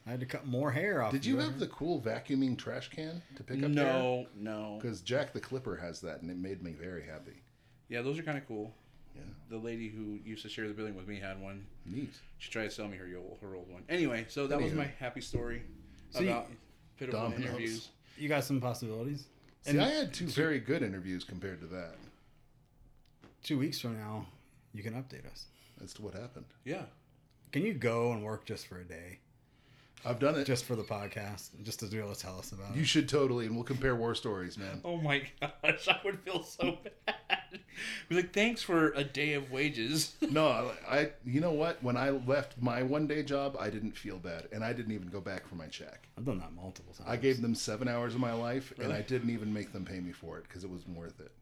A: I had to cut more hair off.
B: Did
A: of
B: you
A: it.
B: have the cool vacuuming trash can to pick up
C: no, no,
B: Because Jack the Clipper has that, and it made me very happy.
C: yeah, those are kind of cool.
B: Yeah,
C: The lady who used to share the building with me had one.
B: neat.
C: She tried to sell me her old, her old one. Anyway, so that was
B: Anywho.
C: my happy story
A: So you-
C: about pitiful
B: Dominoes.
C: interviews.
A: You got some possibilities.
B: See, I had two very good interviews compared to that
A: Two weeks from now, you can update us.
B: as to what happened.
C: Yeah,
A: Can you go and work just for a day,
B: I've done it.
A: just for the podcast, just to be able to tell us about
B: you
A: it?
B: should totally, and we'll compare war stories, man.
C: Oh my gosh, I would feel so bad. Be like, thanks for a day of wages.
B: No, I, I- you know what? When I left my one day job, I didn't feel bad, and I didn't even go back for my check.
A: I've done that multiple times.
B: I gave them seven hours of my life, and
C: Really?
B: I didn't even make them pay me for it because it wasn't worth it.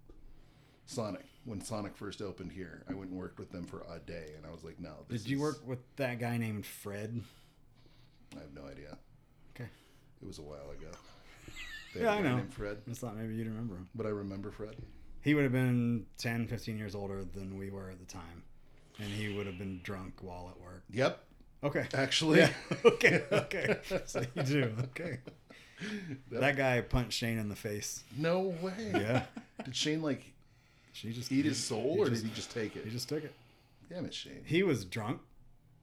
B: Sonic, when Sonic first opened here, I went and worked with them for a day, and I was like, no. This
A: Did you
B: is-
A: work with that guy named Fred?
B: I have no idea.
A: Okay.
B: It was a while ago. They
A: Yeah,
B: had a
A: I
B: guy
A: know.
B: named Fred,
A: I thought maybe you'd remember him.
B: but I remember Fred.
A: He would have been 10, 15 years older than we were at the time. And he would have been drunk while at work.
B: Yep,
A: Okay.
B: actually,
A: Yeah. Okay. Okay. so you do. Okay. That guy punched Shane in the face.
B: no way.
A: Yeah.
B: Did Shane like
A: She just
B: eat his soul,
A: he
B: or
A: just-
B: did he just take it?
A: He just took it.
B: Damn it, Shane.
A: He was drunk.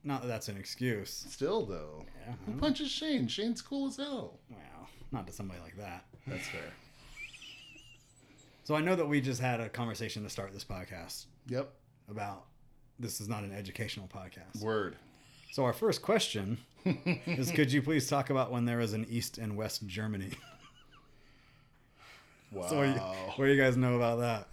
A: Not that that's an excuse.
B: Still though,
A: Yeah.
B: who punches Shane? Shane's cool as hell.
A: Wow. Not to somebody like that.
B: That's fair.
A: So I know that we just had a conversation to start this podcast
B: Yep.
A: about this is not an educational podcast.
B: Word.
A: So our first question is could you please talk about when there was an East and West Germany?
B: Wow.
A: So what do, you, what do you guys know about that?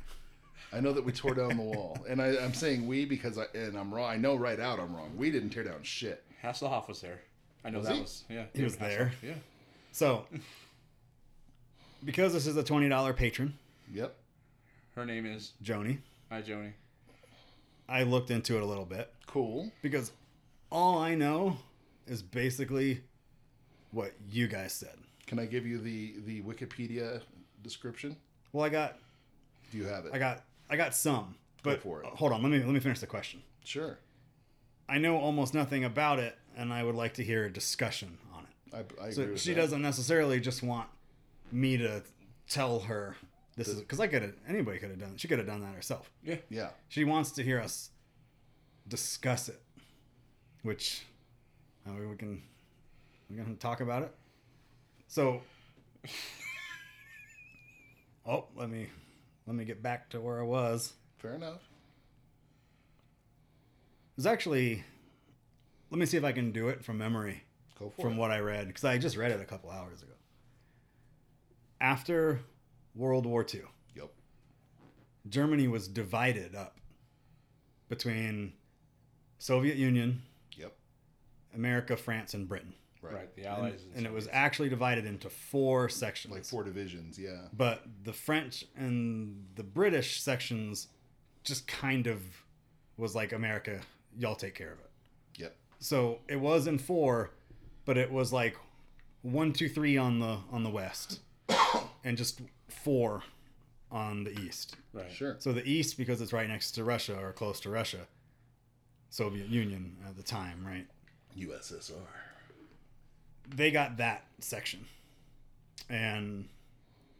B: I know that we tore down the wall, and I, I'm saying we because I and I'm wrong. I know right out I'm wrong. We didn't tear down shit.
C: Hasselhoff was there. I know
B: Was
C: that
B: he?
C: was yeah.
A: He was
C: David
A: there.
C: Hasselhoff, Yeah.
A: So because this is a $20 patron,
B: Yep.
C: Her name is
A: Joni,
C: Hi Joni.
A: I looked into it a little bit
B: Cool.
A: because all I know is basically what you guys said.
B: Can I give you the the Wikipedia description?
A: Well, I got
B: Do you have it?
A: I got I got some, but
B: for it.
A: hold on, let me let me finish the question.
B: Sure.
A: I know almost nothing about it and I would like to hear a discussion on it.
B: I, I agree
A: So
B: with
A: she
B: that.
A: doesn't necessarily just want me to tell her this is because I could have anybody could have done she could have done that herself.
C: Yeah.
B: Yeah.
A: She wants to hear us discuss it, which I mean, we can we can talk about it. So, oh, let me let me get back to where I was.
B: Fair enough.
A: It's actually let me see if I can do it from memory.
B: Go for
A: from
B: it.
A: what I read, because I just read it a couple hours ago. After World War II,
B: Yep.
A: Germany was divided up between Soviet Union,
B: Yep.
A: America, France, and Britain,
B: Right.
C: The allies
A: and it was
C: Soviets.
A: actually divided into four sections.
B: Like four divisions. Yeah.
A: But the French and the British sections just kind of was like America, y'all take care of it.
B: Yep.
A: So it was in four, but it was like one, two, three on the on the west, and just four on the east.
C: right.
B: Sure.
A: So the east, because it's right next to Russia or close to Russia, Soviet Union at the time, right?
B: USSR.
A: They got that section, and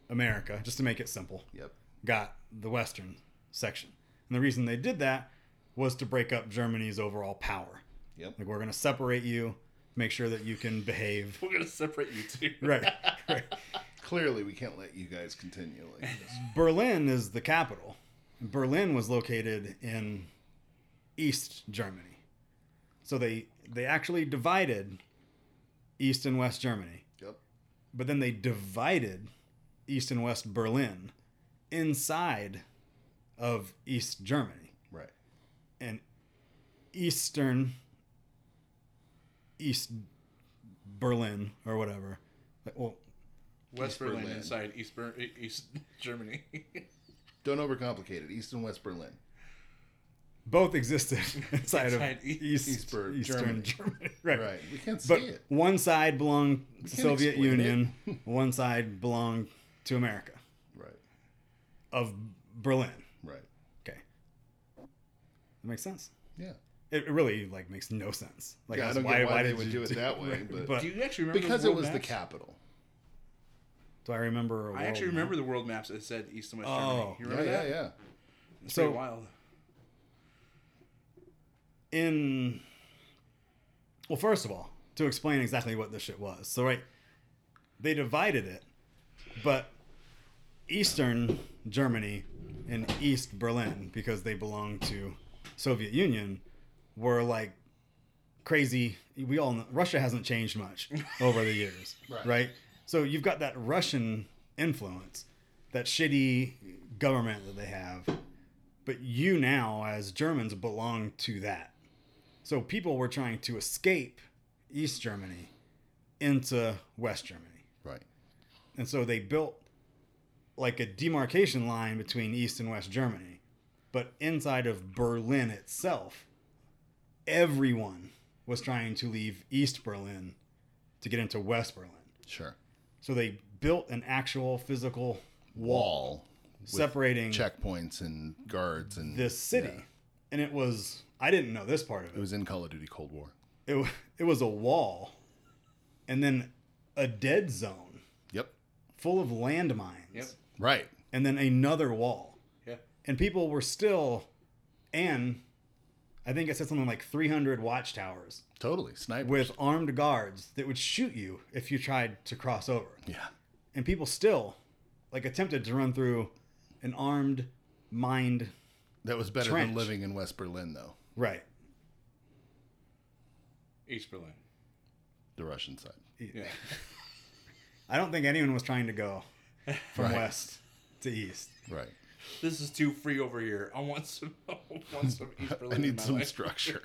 A: America, just to make it simple,
B: Yep.
A: got the western section. And the reason they did that was to break up Germany's overall power.
B: Yep.
A: Like we're gonna separate you, make sure that you can behave.
C: We're gonna separate you two.
A: Right, right.
B: Clearly, we can't let you guys continue like this.
A: Berlin is the capital. Berlin was located in East Germany, so they they actually divided East and West Germany,
B: Yep.
A: but then they divided East and West Berlin inside of East Germany
B: Right.
A: and Eastern East Berlin or whatever. Well,
C: West
B: East
C: Berlin,
B: Berlin.
C: inside East Ber- E-, East Germany.
B: Don't overcomplicate it. East and West Berlin.
A: both existed inside,
C: Inside
A: of
C: E-
A: East,
B: Eastburg, Germany.
A: Eastern Germany. Right.
B: Right. We can't see
A: But
B: it.
A: one side belonged to
B: can't
A: Soviet
B: explain
A: Union, one side belonged to America.
B: Right.
A: of Berlin.
B: Right.
A: Okay, that makes sense.
B: Yeah.
A: It it really like makes no sense. Like
B: Yeah, I
A: that's
B: don't get why they
A: did
B: would
A: you
B: do it that way, but-
C: Do you actually remember
B: Because
C: the
B: it
C: world
B: was the
C: maps?
B: capital.
A: do I remember? a
C: I actually
A: world map?
C: remember the world maps that said East and West Germany.
A: Oh.
C: You
B: Yeah,
C: remember
B: yeah,
C: that?
B: yeah.
C: It's
A: So-
C: pretty wild.
A: in well first of all to explain exactly what this shit was so right they divided it but eastern germany and east berlin because they belonged to soviet union were like crazy we all know, russia hasn't changed much over the years
B: Right.
A: right. so you've got that russian influence that shitty government that they have but you now as germans belong to that so people were trying to escape east germany into west germany
B: Right.
A: and so they built like a demarcation line between East and West Germany. But inside of Berlin itself, everyone was trying to leave East Berlin to get into West Berlin.
B: Sure.
A: So they built an actual physical wall
B: Wall. with
A: separating
B: checkpoints and guards and
A: this city.
B: Yeah.
A: And it was, I didn't know this part of
B: It was in Call of Duty Cold War.
A: It, wa- it was a wall and then a dead zone
B: Yep.
A: full of landmines
C: Yep.
B: Right.
A: and then another wall.
C: Yeah.
A: and people were still and i think it said something like 300 watchtowers
B: Totally. Sniper.
A: with armed guards that would shoot you if you tried to cross over
B: yeah.
A: and people still like attempted to run through an armed mined
B: That was better
A: Trench.
B: than living in West Berlin, though.
A: right
C: East Berlin.
B: The Russian side.
C: Yeah.
A: i don't think anyone was trying to go from
B: Right.
A: west to east
B: Right.
C: this is too free over here. I want some. I want some East Berlin.
B: I
C: in
B: need
C: my
B: some
C: life.
B: structure.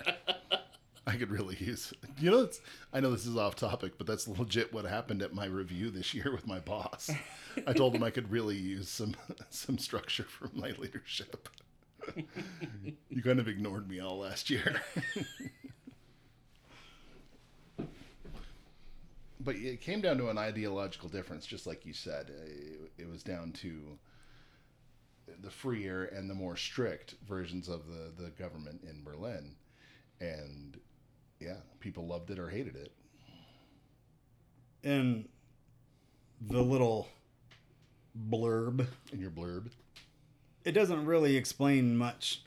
B: I could really use. You know, it's, I know this is off topic, but that's legit what happened at my review this year with my boss. I told him I could really use some some structure from my leadership. you kind of ignored me all last year. but it came down to an ideological difference, just like you said. It, it was down to the freer and the more strict versions of the, the government in Berlin. And yeah, people loved it or hated it.
A: and the little blurb
B: In your blurb.
A: it doesn't really explain much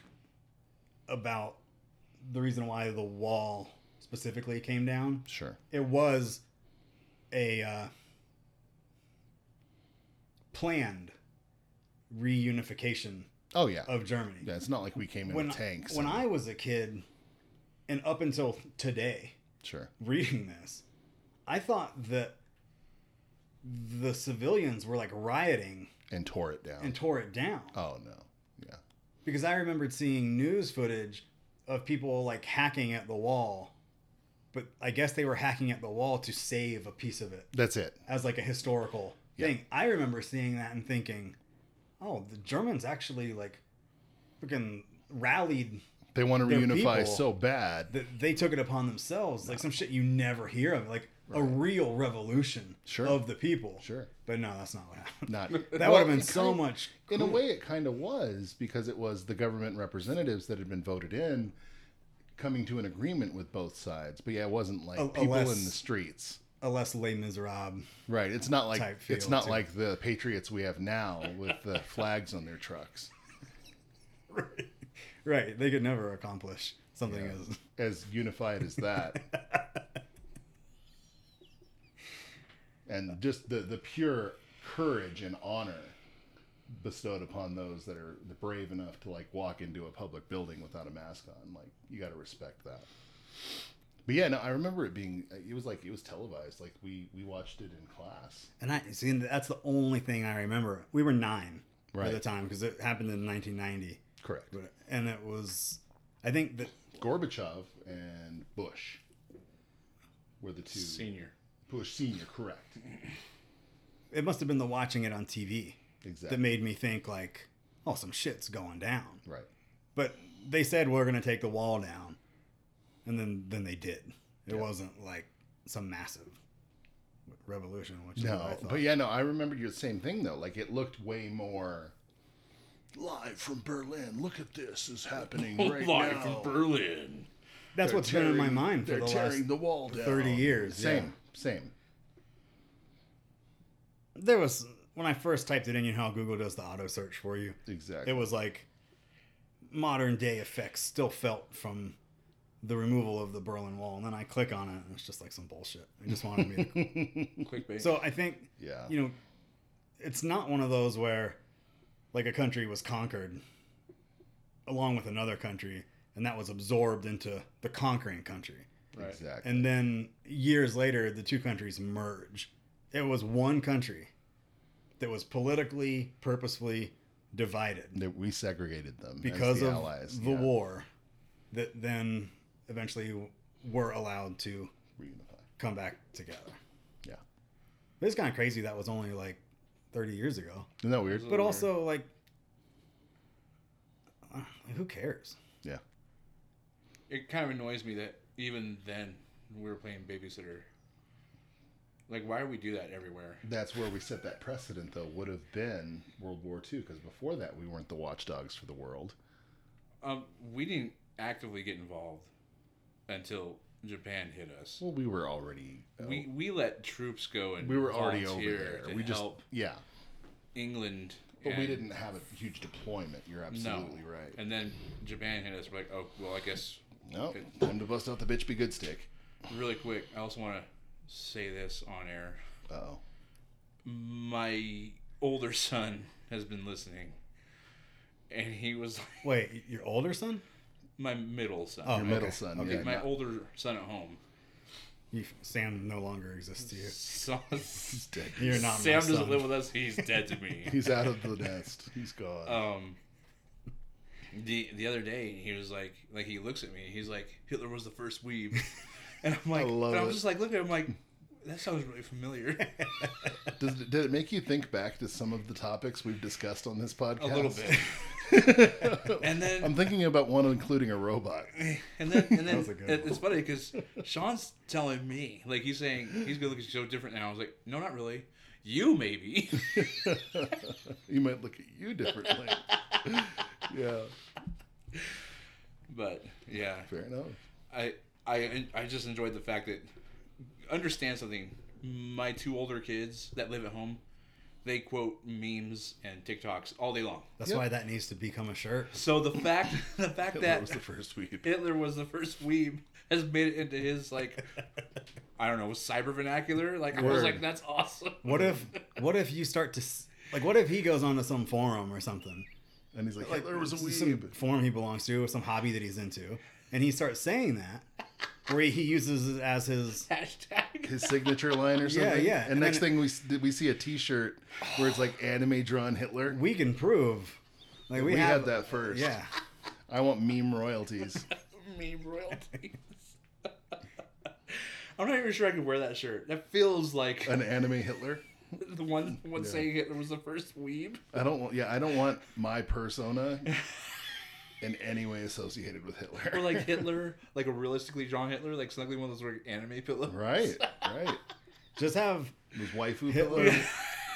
A: about the reason why the wall specifically came down.
B: Sure.
A: It was a uh, planned reunification
B: Oh, yeah.
A: of Germany.
B: yeah. It's not like we came in
A: Uh, when
B: with tanks.
A: when
B: and-
A: I was a kid, and up until today,
B: Sure.
A: reading this, I thought that the civilians were like rioting
B: And tore it down.
A: and tore it down.
B: oh, no. Yeah.
A: because I remembered seeing news footage of people like hacking at the wall, but I guess they were hacking at the wall to save a piece of it
B: That's it.
A: as like a historical
B: Yeah.
A: thing. I remember seeing that and thinking, "Oh, the Germans actually like freaking rallied
B: They want to
A: Their
B: reunify
A: people-
B: so bad.
A: that they took it upon themselves, like some shit you never hear of, like a real revolution
B: Sure.
A: of the people."
B: Sure.
A: But no, that's not what happened.
B: Not.
A: That would have been so much
B: in a way it kind of was because it was the government representatives that had been voted in coming to an agreement with both sides but yeah it wasn't like
A: A- a
B: people
A: less-
B: in the streets
A: a less les miserables.
B: right it's not like
A: Type
B: it's
A: feel
B: not
A: to
B: like the patriots we have now with the flags on their trucks
A: right. right. They could never accomplish something as
B: as unified as that and just the the pure courage and honor bestowed upon those that are brave enough to like walk into a public building without a mask on like you got to respect that but yeah no i remember it being it was like it was televised like we we watched it in class
A: And I see and that's the only thing I remember. We were nine
B: Right.
A: at the time because it happened in 1990,
B: correct
A: But- and it was, I think that
B: gorbachev and bush were the two
C: Senior.
B: bush senior correct
A: it must have been the watching it on TV
B: exactly
A: that made me think like, oh, some shit's going down.
B: right
A: But they said we're gonna take the wall down, and then then they did. It wasn't like some massive revolution, which is what I
B: No,
A: thought.
B: but yeah, no, I remember your same thing though. Like it looked way more live from Berlin. Look at this is happening right
C: Live
B: now.
C: from Berlin.
A: That's
B: They're
A: what's been in my
B: tearing-
A: mind for
B: they're
A: the
B: tearing
A: last
B: the wall down.
A: 30 years.
B: Same,
A: yeah.
B: same.
A: There was, when I first typed it in, you know how Google does the auto search for you?
B: Exactly.
A: It was like modern day effects still felt from the removal of the Berlin Wall. And then I click on it and it's just like some bullshit. It just wanted me to.
C: Clickbait.
A: So I think,
B: yeah.
A: you know, it's not one of those where like a country was conquered along with another country and that was absorbed into the conquering country.
C: Right.
B: Exactly.
A: And then years later, the two countries merge. It was one country that was politically, purposefully divided
B: That we segregated them as
A: because
B: the
A: of
B: allies.
A: the
B: yeah.
A: war that then eventually were allowed to
B: Reunify.
A: come back together.
B: Yeah.
A: It's kind of crazy that was only like 30 years ago.
B: Isn't that weird?
A: But also, like, uh, who cares?
B: Yeah.
C: it kind of annoys me that even then we were playing babysitter. Like, why do we do that everywhere?
B: That's where we set that precedent, though, would have been World War II, because before that, we weren't the watchdogs for the world.
C: Um, we didn't actively get involved until Japan hit us.
B: Well, we were already. uh,
C: We we let troops go and
B: we were already over
C: volunteer
B: there.
C: to
B: We just.
C: help
B: Yeah.
C: England,
B: But we
C: and-
B: didn't have a huge deployment. You're absolutely right.
C: And then Japan hit us. We're like, oh well, I guess
B: No, time to bust out the bitch be good stick.
C: really quick. I also want to say this on air.
B: Oh,
C: My older son has been listening, and he was like,
A: Wait, your older son?
C: my middle son.
A: Oh,
B: your middle
A: okay.
B: son.
A: Okay.
B: Yeah,
C: my
B: no,
C: older son at home.
A: You, Sam no longer exists to you.
C: So-
B: he's dead.
A: You're not my
C: Sam doesn't
A: son.
C: live with us. He's dead to me.
B: He's out of the nest. He's gone.
C: um, the the other day he was like, like he looks at me. He's like, Hitler was the first weeb, and I'm like,
B: love
C: and I'm
B: it.
C: just like looking at him like, that sounds really familiar.
B: Does, it- did it make you think back to some of the topics we've discussed on this podcast?
C: A little bit. And then
B: I'm thinking about one including a robot.
C: And then, and then
A: was a good
C: it-
A: one.
C: it's funny because Sean's telling me, like, he's saying he's gonna look so different now. I was like, no, not really. You maybe.
B: You might look at you differently. yeah,
C: but yeah,
B: fair enough.
C: I, I, I just enjoyed the fact that understand something. My two older kids that live at home, they quote memes and TikToks all day long.
A: That's
B: Yep.
A: why that needs to become a shirt.
C: So the fact, the fact
B: That
C: that
B: was the first week.
C: Hitler was the first weeb has made it into his like, I don't know, cyber vernacular. Like I was
B: Word.
C: like, that's awesome.
A: What if what if you start to s- like what if he goes onto some forum or something?
B: And he's like,
A: Like
B: Hitler was a
A: some
B: weeb.
A: forum he belongs to, some hobby that he's into, and he starts saying that or he, he uses it as his
C: hashtag?
B: His signature line or
A: Yeah,
B: something.
A: yeah.
B: And,
A: And
B: next
A: then
B: thing we s- we see a T-shirt where it's like anime drawn Hitler.
A: we can prove. Like we,
B: We,
A: have
B: had that first.
A: Yeah.
B: I want meme royalties.
C: meme royalties. I'm not even sure I could wear that shirt. That feels like
B: An anime Hitler.
C: the one one saying Hitler was the first weeb.
B: I don't. want- Yeah, I don't want my persona in any way associated with Hitler.
C: Or like Hitler, like a realistically drawn Hitler, like snuggly one of those like anime pillows.
B: right, right.
A: Just have
B: It was waifu
A: Hitler
B: Hitler.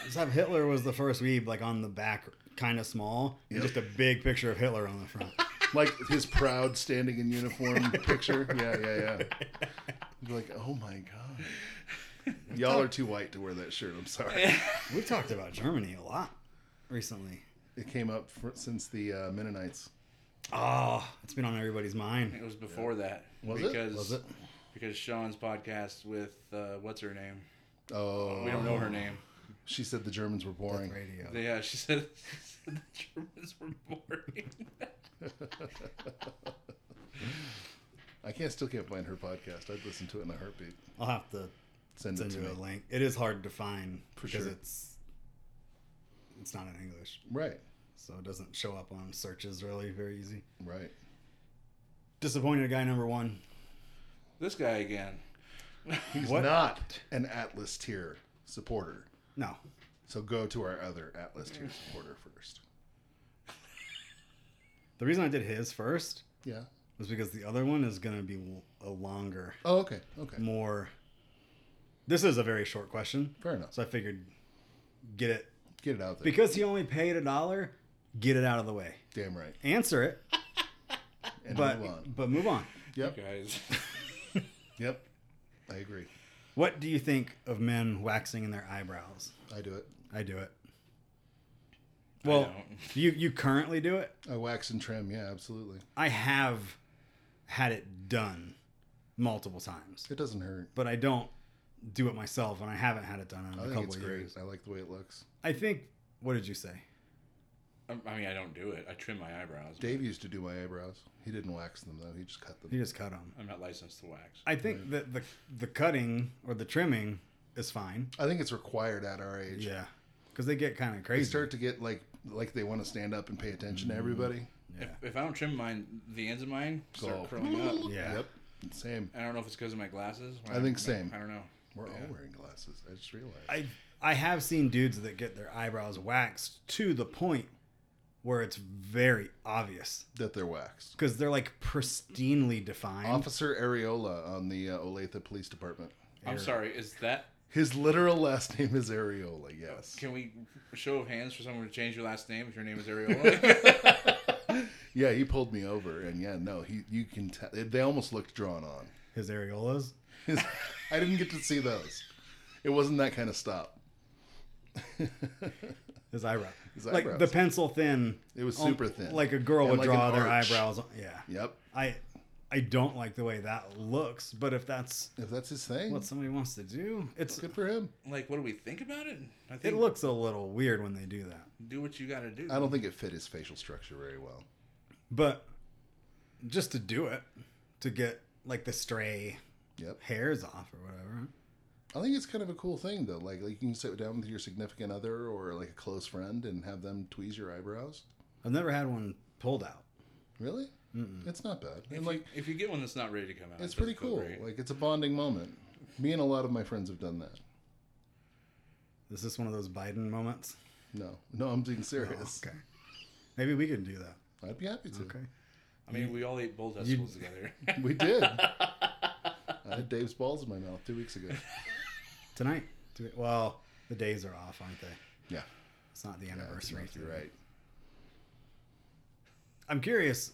A: just have Hitler was the first weeb like on the back kind of small and
B: Yep.
A: just a big picture of Hitler on the front.
B: like his proud standing in uniform picture. Yeah, yeah, yeah. You're Like, oh my god, y'all are too white to wear that shirt. I'm sorry.
A: we talked about Germany a lot recently.
B: It came up for, since the uh, Mennonites.
A: Oh, it's been on everybody's mind.
C: It was before that.
B: Was it?
C: because,
A: Was it?
C: Because Sean's podcast with uh, what's her name?
B: Oh,
C: We don't know her name.
B: She said the Germans were boring.
A: Radio.
C: Yeah, she said, she said the Germans were boring.
B: I can't still can't find her podcast. I'd listen to it in a heartbeat.
A: I'll have to
B: Send it
A: send
B: to
A: you
B: me.
A: a link. It is hard to find
B: For
A: because
B: sure.
A: it's it's not in English,
B: Right,
A: so it doesn't show up on searches really very easy.
B: right.
A: Disappointed guy number one.
C: this guy again.
B: He's
A: What?
B: not an Atlas tier supporter.
A: No,
B: So go to our other Atlas tier supporter first.
A: the reason I did his first
B: Yeah.
A: was because the other one is going to be l- a longer,
B: Oh, okay. Okay.
A: more. This is a very short question,
B: Fair enough.
A: so I figured get it
B: Get it out there.
A: because he only paid a dollar. get it out of the way.
B: Damn right.
A: Answer it,
B: And
A: but
B: move on.
A: but move on.
B: Yep.
C: guys.
B: Yep. I agree.
A: What do you think of men waxing in their eyebrows?
B: I do it.
A: I do it. Well,
C: don't.
A: you you currently do it.
B: I wax and trim. Yeah, absolutely.
A: I have had it done multiple times,
B: It doesn't hurt.
A: but I don't do it myself, and I haven't had it done in
B: I
A: a
B: think
A: couple
B: it's
A: of
B: great.
A: years.
B: I like the way it looks.
A: I think. What did you say?
C: I- I mean, I don't do it. I trim my eyebrows.
B: Dave used to do my eyebrows. He didn't wax them though. He just cut them.
A: You just cut them.
C: I'm not licensed to wax.
A: I think that the the cutting or the trimming is fine.
B: I think it's required at our age.
A: Yeah, because they get kind of
B: They
A: crazy.
B: start to get like like they want to stand up and pay attention
A: Mm-hmm.
B: to everybody.
A: yeah.
C: If, if I don't trim mine, the ends of mine start
B: Go.
C: curling up.
A: Yeah.
B: Yep. Same.
C: I don't know if it's because of my glasses.
B: I think same.
C: I don't know.
B: We're all
C: Yeah.
B: wearing glasses. I just realized.
A: I I have seen dudes that get their eyebrows waxed to the point where it's very obvious
B: that they're waxed.
A: because they're like pristinely defined.
B: Officer Areola on the uh, Olathe Police Department.
C: I'm sorry. Is that?
B: His literal last name is Areola. Yes.
C: Can we show of hands for someone to change your last name if your name is Ariola?
B: Yeah, he pulled me over, and yeah, no, he you can tell they almost looked drawn on.
A: His areolas.
B: His, I didn't get to see those. It wasn't that kind of stop.
A: His eyebrow.
B: His
A: Like
B: eyebrows.
A: the pencil thin.
B: It was
A: um,
B: super thin.
A: Like a girl
B: And
A: would
B: like
A: draw
B: an
A: their
B: arch.
A: eyebrows. on- Yeah.
B: Yep.
A: I I don't like the way that looks, but if that's
B: If that's his thing,
A: what somebody wants to do, it's
B: good for him.
C: like, what do we think about it? I
A: it
C: think
A: looks a little weird when they do that.
C: do what you got to do.
B: I don't think it fit his facial structure very well.
A: But just to do it, to get like the stray
B: Yep.
A: hairs off or whatever.
B: I think it's kind of a cool thing though. Like, like you can sit down with your significant other or like a close friend and have them tweeze your eyebrows.
A: I've never had one pulled out.
B: Really? It's not bad.
C: If,
B: And like,
C: you, if you get one that's not ready to come out,
B: it's
C: it doesn't
B: pretty
C: feel
B: cool.
C: great.
B: Like, it's a bonding moment. Me and a lot of my friends have done that.
A: Is this one of those Biden moments?
B: No, no, I'm being serious.
A: Okay. Maybe we can do that.
B: I'd be happy to.
A: Okay.
C: I mean, we all ate bull testicles together.
B: We did. I had Dave's balls in my mouth two weeks ago.
A: Tonight. Do it- Well, the days are off, aren't they?
B: Yeah,
A: It's not the
B: Yeah, that's
A: anniversary.
B: right. You're right.
A: I'm curious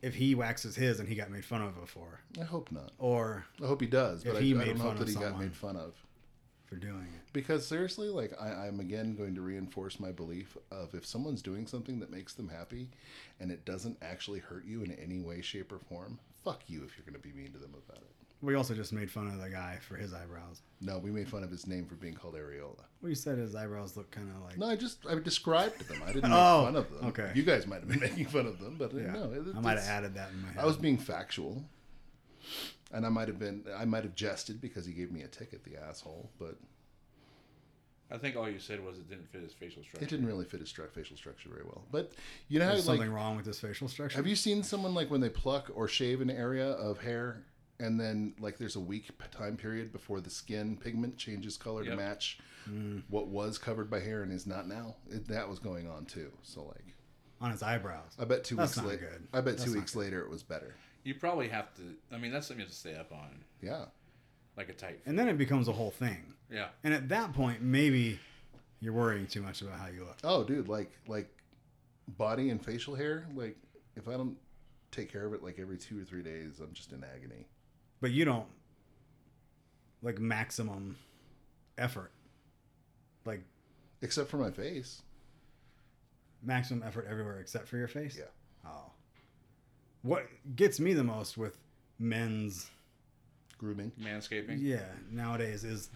A: if he waxes his and he got made fun of before,
B: I hope not.
A: or
B: I hope he does, but
A: If
B: I,
A: he
B: I
A: made
B: don't
A: fun
B: hope that
A: of
B: he got
A: someone.
B: made fun of.
A: for doing it.
B: Because seriously, like I, I'm again going to reinforce my belief of if someone's doing something that makes them happy, and it doesn't actually hurt you in any way, shape, or form, fuck you if you're going to be mean to them about it.
A: We also just made fun of the guy for his eyebrows.
B: No, we made fun of his name for being called Areola.
A: We said his eyebrows look kind of like.
B: No, I just I described them. I didn't make
A: Oh,
B: fun of them.
A: okay.
B: you guys might have been making fun of them, but uh,
A: Yeah.
B: no, it-
A: I might have
B: it's-
A: added that in my head.
B: I was being factual, and I might have been I might have jested because he gave me a ticket, the asshole. But
C: I think all you said was it didn't fit his facial structure.
B: it didn't really fit his stru- facial structure very well. But you know how
A: There's
B: like
A: something wrong with his facial structure.
B: have you seen someone like when they pluck or shave an area of hair, and then like there's a week p- time period before the skin pigment changes color to
C: Yep.
B: match
A: Mm.
B: what was covered by hair and is not now. It, that was going on too. So like.
A: on his eyebrows.
B: I bet two
A: That's
B: weeks
A: not
B: later.
A: good.
B: I bet
A: That's
B: two
A: not
B: weeks later it was better.
C: You probably have to. I mean, that's something you have to stay up on,
B: Yeah.
C: like a tight.
A: And then it becomes a whole thing.
C: yeah.
A: And at that point, maybe you're worrying too much about how you look.
B: Oh, dude, like like body and facial hair. Like if I don't take care of it, like every two or three days, I'm just in agony.
A: But you don't like maximum effort. Like
B: Except for my face.
A: maximum effort everywhere except for your face.
B: Yeah.
A: Oh. What gets me the most with men's
B: Grooming.
C: Manscaping.
A: yeah, nowadays is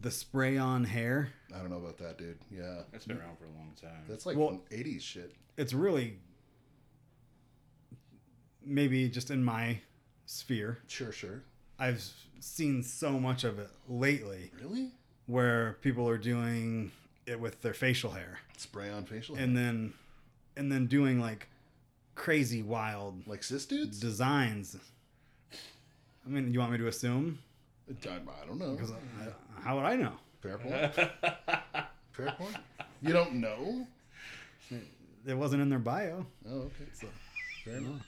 A: the spray on hair.
B: I don't know about that, dude. Yeah.
C: That's been around for a long time.
B: That's like
A: Well-
B: 80s shit.
A: It's really maybe just in my sphere.
B: Sure, sure.
A: I've seen so much of it lately
B: Really?
A: where people are doing it with their facial hair
B: Spray on facial hair.
A: and then and then doing like crazy wild
B: like cis dudes?
A: designs. I mean, you want me to assume?
B: I I don't know.
A: 'Cause I- how would I know?
B: Fair point. Fair point. You don't know?
A: It wasn't in their bio.
B: Oh, okay. Fair enough.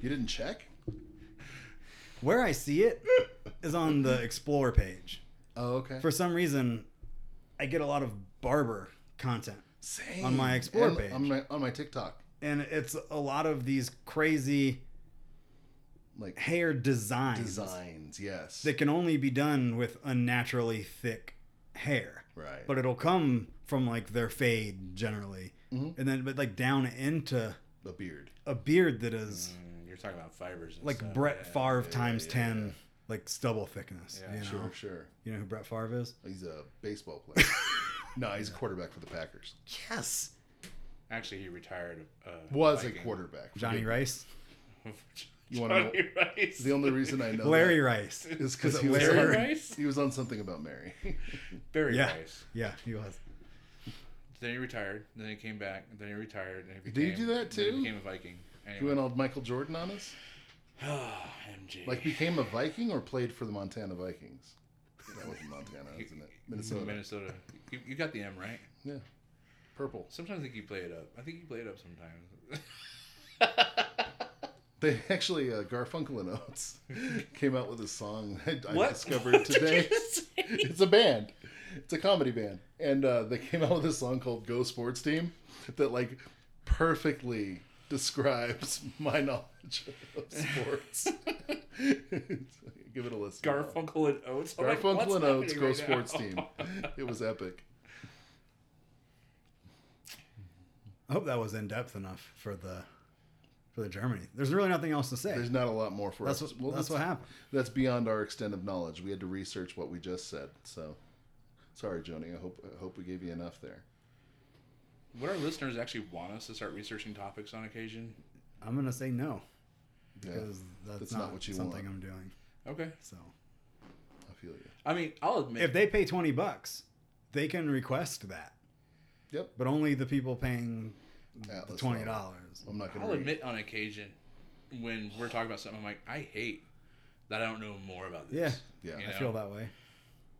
B: You didn't check?
A: Where I see it is on the explore page.
B: Oh, okay.
A: For some reason, I get a lot of barber content.
B: Same.
A: On my Explore
B: And
A: page.
B: On my, on my TikTok.
A: and it's a lot of these crazy
B: Like
A: hair designs
B: designs, yes.
A: that can only be done with unnaturally thick hair.
B: right.
A: But it'll come from like their fade generally,
B: Mhm.
A: and then but like down into
B: the beard.
A: a beard that is
C: Mm, you're talking about fibers. And
A: like
C: stuff.
A: Brett
C: yeah.
A: Favre
B: yeah,
A: times
B: yeah,
A: ten, like stubble thickness.
C: Yeah,
A: you know,
B: Sure, sure.
A: you know who Brett Favre is?
B: He's a baseball player. no, he's a quarterback for the Packers.
A: Yes,
C: Actually, he retired. Uh,
B: Was a
C: Viking.
B: quarterback.
A: Johnny Rice,
B: You wanna know-
C: Johnny Rice.
B: The only reason I know
A: Larry Rice.
B: that is
A: Is
B: because
A: it
B: he was
A: Larry
B: on,
C: Rice?
B: He was on something about Mary.
C: Barry
A: Yeah.
C: Rice.
A: Yeah, he was.
C: Then he retired. Then he came back. Then he retired. And he
B: Did he
C: became,
B: do that
C: then
B: too?
C: He became a Viking.
B: He went
C: Anyway.
B: all Michael Jordan on us.
C: Ah, MJ.
B: Like became a Viking or played for the Montana Vikings. That was in Montana, isn't it? Minnesota.
C: Minnesota. You, you got the M right.
B: Yeah. Purple.
C: Sometimes I think you play it up. I think you play it up sometimes.
B: They actually uh, Garfunkel and Oates came out with a song that I discovered
C: What did
B: today.
C: you just say?
B: it's a band. It's a comedy band, and uh, they came out with a song called "Go Sports Team" that like perfectly describes my knowledge of sports. Give it a listen.
C: Garfunkel and Oates. I'm like,
B: Garfunkel
C: what's
B: and Oates
C: happening
B: Go
C: right
B: Sports
C: now?
B: Team. It was epic.
A: I hope that was in depth enough for the for the Germany. There's really nothing else to say.
B: There's not a lot more for
A: that's
B: us.
A: what that's what happened.
B: That's beyond our extent of knowledge. We had to research what we just said. So, sorry, Joni. I hope I hope we gave you enough there.
C: Would our listeners actually want us to start researching topics on occasion?
A: I'm gonna say no
B: Yeah,
A: because that's,
B: That's
A: not,
B: not what you
A: something
B: want.
A: I'm doing.
C: Okay.
A: So
B: I feel you.
C: I mean, I'll admit.
A: if they pay twenty bucks, they can request that,
B: Yep.
A: but only the people paying the
B: Atlas
A: twenty
B: level.
A: dollars.
B: I'm not gonna.
C: I'll
B: read.
C: admit on occasion when we're talking about something, I'm like, I hate that I don't know more about this.
A: Yeah,
B: Yeah.
C: You
A: I
C: know?
A: feel that way.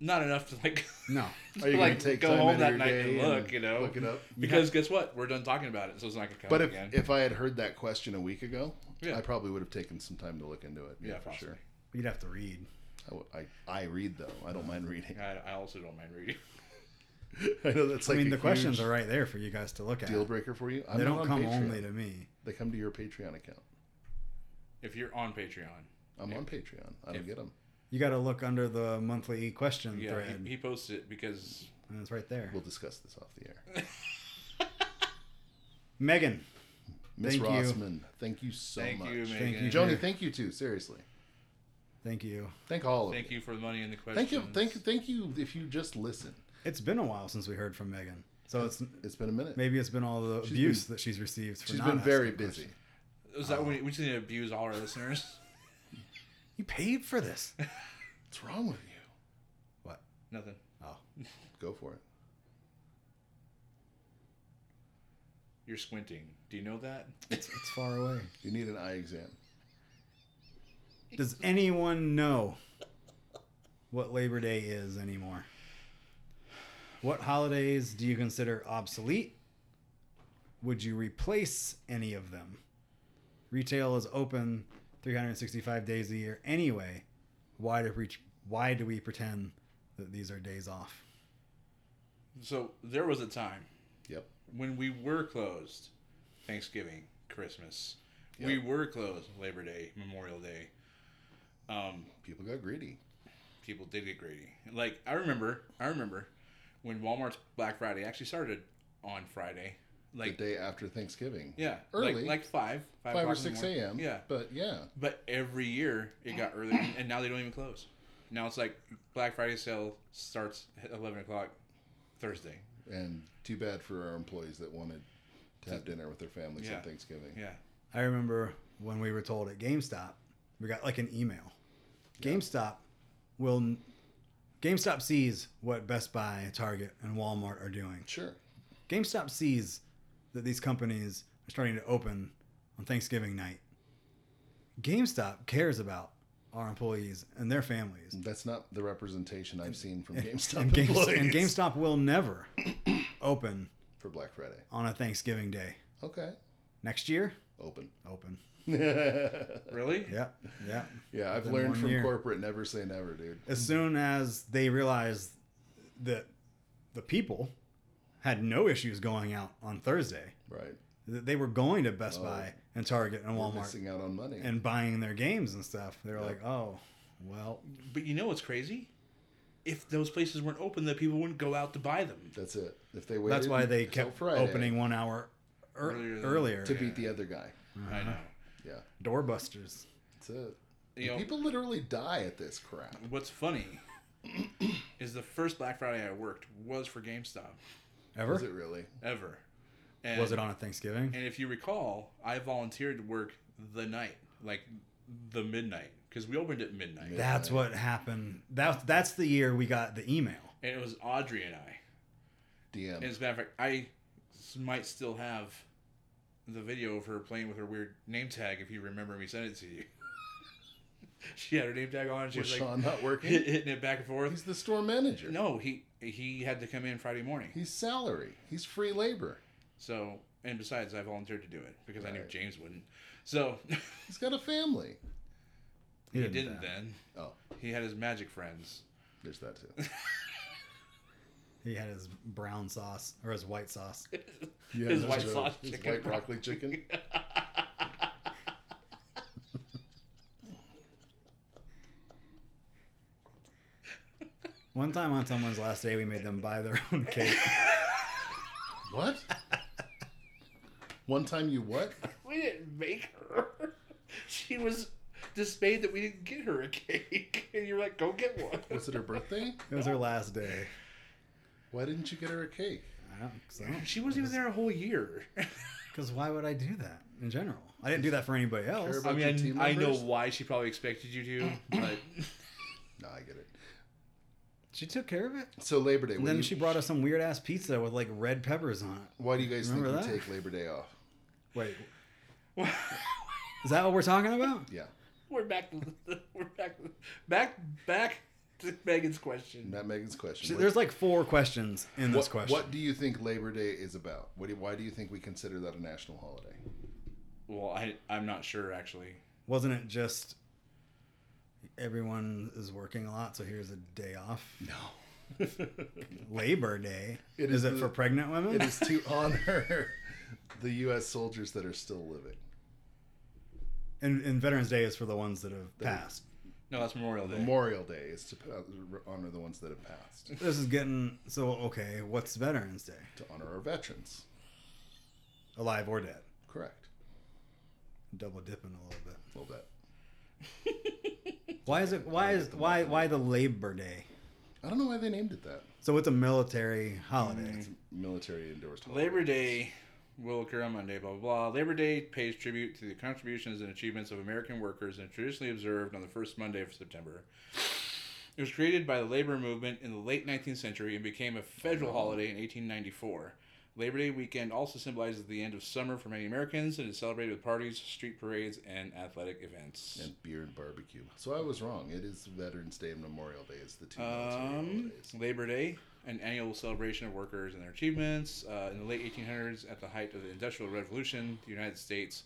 C: Not enough to like,
A: No,
B: Are you
C: like
B: gonna take
C: go
B: time
C: home
B: out of
C: that
B: your
C: night
B: day
C: and look, you know,
B: look it up?
C: because guess what? We're done talking about it, so it's not gonna come
B: But
C: up
B: if,
C: again.
B: if I had heard that question a week ago,
C: Yeah.
B: I probably would have taken some time to look into it. Yeah,
C: Yeah,
B: for
C: possibly.
B: sure.
A: you'd have to read.
B: I w- I, I read though. I don't mind reading.
C: I, I also don't mind reading.
B: I know that's like
A: I mean,
B: a
A: the questions
B: huge
A: are right there for you guys to look at.
B: deal breaker for you. I'm
A: They
B: not
A: don't
B: on
A: come
B: Patreon.
A: only to me.
B: They come to your Patreon account.
C: If you're on Patreon,
B: I'm on Patreon. I don't
C: If-
B: get them.
A: You got to look under the monthly question
C: yeah,
A: thread,
C: he, he posts it because
A: and it's right there.
B: We'll discuss this off the air.
A: Megan,
B: Miss
A: Thank you.
B: Rossman, thank you so
C: thank
B: much.
C: you, Megan.
A: Thank you,
B: Joni,
A: Yeah.
B: thank you too. Seriously,
A: thank you.
B: thank all of
C: Thank you for the money and the questions.
B: Thank you, thank you, thank you. If you just listen,
A: It's been a while since we heard from Megan, so it's
B: it's been a minute.
A: maybe it's been all the
B: She's
A: abuse
B: been-
A: that she's received. For
B: She's
A: not
B: been
A: asking
B: very
A: the
B: busy.
A: question.
C: Is
B: Oh.
C: that when we just need to abuse all our listeners?
A: You paid for this.
B: What's wrong with you?
A: What?
C: Nothing.
A: Oh,
B: Go for it.
C: You're squinting. Do you know that?
A: it's, it's far away.
B: You need an eye exam.
A: Does anyone know what Labor Day is anymore? What holidays do you consider obsolete? Would you replace any of them? Retail is open 365 days a year anyway. Why do we, why do we pretend that these are days off?
C: So there was a time
B: Yep.
C: when we were closed Thanksgiving, Christmas.
B: Yep.
C: We were closed Labor Day, Memorial Day. Um,
B: People got greedy.
C: people did get greedy. Like I remember, I remember when Walmart's Black Friday actually started on Friday. Like
B: the day after Thanksgiving.
C: yeah,
B: Early.
C: like, like five, five,
B: Five or
C: o'clock in the
B: six
C: morning.
B: a.m.
C: Yeah,
B: But yeah,
C: but every year it got earlier, and now they don't even close. Now it's like Black Friday sale starts at eleven o'clock Thursday.
B: and too bad for our employees that wanted to have dinner with their families
C: Yeah.
B: on Thanksgiving.
C: Yeah,
A: I remember when we were told at GameStop, we got like an email. GameStop will GameStop sees what Best Buy, Target, and Walmart are doing.
B: Sure.
A: GameStop sees that these companies are starting to open on Thanksgiving night. GameStop cares about our employees and their families.
B: That's not the representation I've seen from GameStop
A: And, Games,
B: employees
A: and GameStop will never open
B: for Black Friday.
A: on a Thanksgiving day.
B: Okay.
A: Next year,
B: Open.
A: open.
B: yeah,
C: really?
A: Yeah, yeah.
B: I've
A: Then
B: learned
A: one
B: from
A: year.
B: corporate never say never, dude.
A: as soon as they realize that the people had no issues going out on Thursday.
B: Right.
A: Th- They were going to Best
B: Oh.
A: Buy and Target and
B: We're
A: Walmart
B: missing out on money.
A: and buying their games and stuff. They were
B: Yeah.
A: like, oh, well,
C: But you know what's crazy? If those places weren't open, that people wouldn't go out to buy them.
B: That's it. If they waited
A: that's why they
B: until
A: kept
B: Friday
A: opening one hour ear-
C: Earlier than-
A: earlier.
B: to beat the other guy.
C: I know.
B: Yeah,
A: Doorbusters.
B: that's it.
C: You know-
B: People literally die at this crap.
C: What's funny is the first Black Friday I worked was for GameStop
A: Ever?
B: Is
A: Was
B: it
A: it,
B: really?
C: ever. And,
A: on a Thanksgiving?
C: And if you recall, I volunteered to work the night, like the midnight, because we opened at midnight,
B: Yeah.
A: That's what happened. That, that's the year we got the email.
C: and it was Audrey and I.
B: DM.
C: And as a matter of fact, I s- might still have the video of her playing with her weird name tag. If you remember me sending it to you, she had her name tag on. And she
B: was
C: was, like
B: Sean not
C: hit,
B: working?
C: hitting it back and forth.
B: He's the store manager.
C: no, he he had to come in Friday morning.
B: He's salary. He's free labor.
C: So and besides, I volunteered to do it because I knew
B: Right.
C: James wouldn't. So
B: He's got a family.
C: he
A: then.
C: didn't then.
B: Oh,
C: He had his magic friends.
B: there's that too.
A: He had his brown sauce or his white sauce.
B: Yeah,
C: His
B: that's
C: white
B: true.
C: sauce
B: His
C: chicken
B: white broccoli chicken.
A: One time on someone's last day, we made them buy their own cake.
B: What? One time you what?
C: We didn't make her. She was dismayed that we didn't get her a cake, and you're like, "Go get one."
B: Was it her birthday?
A: It was her last day.
B: Why didn't you get her a cake?
A: I don't, cause
C: She wasn't even there a whole year.
A: Because why would I do that in general? I didn't do that for anybody else.
B: about your team members?
C: why she probably expected you to, but
B: No, I get it.
A: She took care of it.
B: So Labor Day.
A: And
B: What
A: then
B: do you,
A: she brought us some weird ass pizza with like red peppers on it.
B: why do you guys think you
A: Remember that?
B: take Labor Day off?
A: Wait, is that what we're talking about?
B: Yeah,
C: we're back. To the, we're back. Back. Back to Megan's question.
B: not Megan's question.
A: She-
B: What-
A: There's like four questions in
B: what,
A: this question.
B: What do you think Labor Day is about? What do, why do you think we consider that a national holiday?
C: Well, I I'm not sure actually.
A: Wasn't it just everyone is working a lot, so here's a day off?
B: No,
A: Labor Day.
B: It
A: is,
B: is
A: it
B: the-
A: for pregnant women?
B: it is to honor the U.S. soldiers that are still living.
A: And, and Veterans Day is for the ones that have passed.
C: No, that's Memorial Day.
B: Memorial Day is to uh, honor the ones that have passed,
A: This is getting so okay. What's Veterans Day?
B: to honor our veterans.
A: Alive or dead?
B: Correct.
A: Double dipping a little bit.
B: A little bit.
A: Why is it? Why is why why the Labor Day?
B: I don't know why they named it that.
A: So it's a military holiday.
B: Military endorsed holiday.
C: Labor Day will occur on Monday, blah, blah, blah. Labor Day pays tribute to the contributions and achievements of American workers and traditionally observed on the first Monday of September. It was created by the labor movement in the late 19th century and became a federal holiday in 1894. Labor Day weekend also symbolizes the end of summer for many Americans and is celebrated with parties, street parades, and athletic events.
B: and beer and barbecue. So I was wrong. It is Veterans Day and Memorial Day is the two military
C: Um,
B: holidays.
C: Labor Day, an annual celebration of workers and their achievements. Uh, in the late 1800s, at the height of the Industrial Revolution, the United States,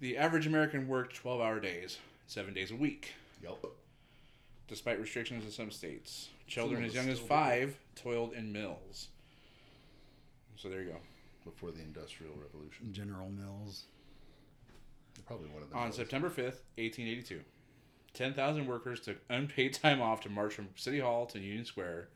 C: the average American worked 12 hour days, seven days a week,
B: Yep.
C: despite restrictions in some states. Children
B: Some of
C: as
B: us
C: young as
B: still do that.
C: five toiled in mills. So there you go.
B: Before the Industrial Revolution,
A: General Mills.
B: probably one of the
C: On
B: most-
C: September 5th, 1882, 10,000 workers took unpaid time off to march from City Hall to Union Square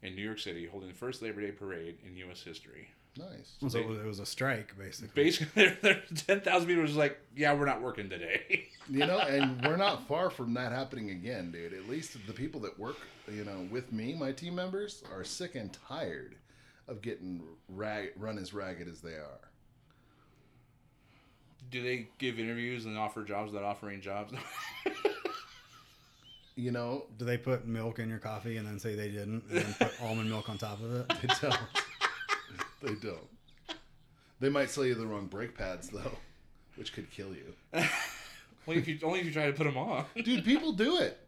C: in New York City, holding the first Labor Day parade in U.S. history.
B: Nice.
A: So it was- it was a strike, basically.
C: basically there, there, 10,000 people were just like, yeah, we're not working today.
B: You know, and we're not far from that happening again, dude. At least the people that work, you know, with me, my team members, are sick and tired of getting rag- run as ragged as they are.
C: Do they give interviews and offer jobs without offering jobs?
B: You know,
A: Do they put milk in your coffee and then say they didn't, and then put almond milk on top of it?
B: they don't. they don't. They might sell you the wrong brake pads though, which could kill you.
C: only, if you, only if you try to put them on.
B: Dude, people do it.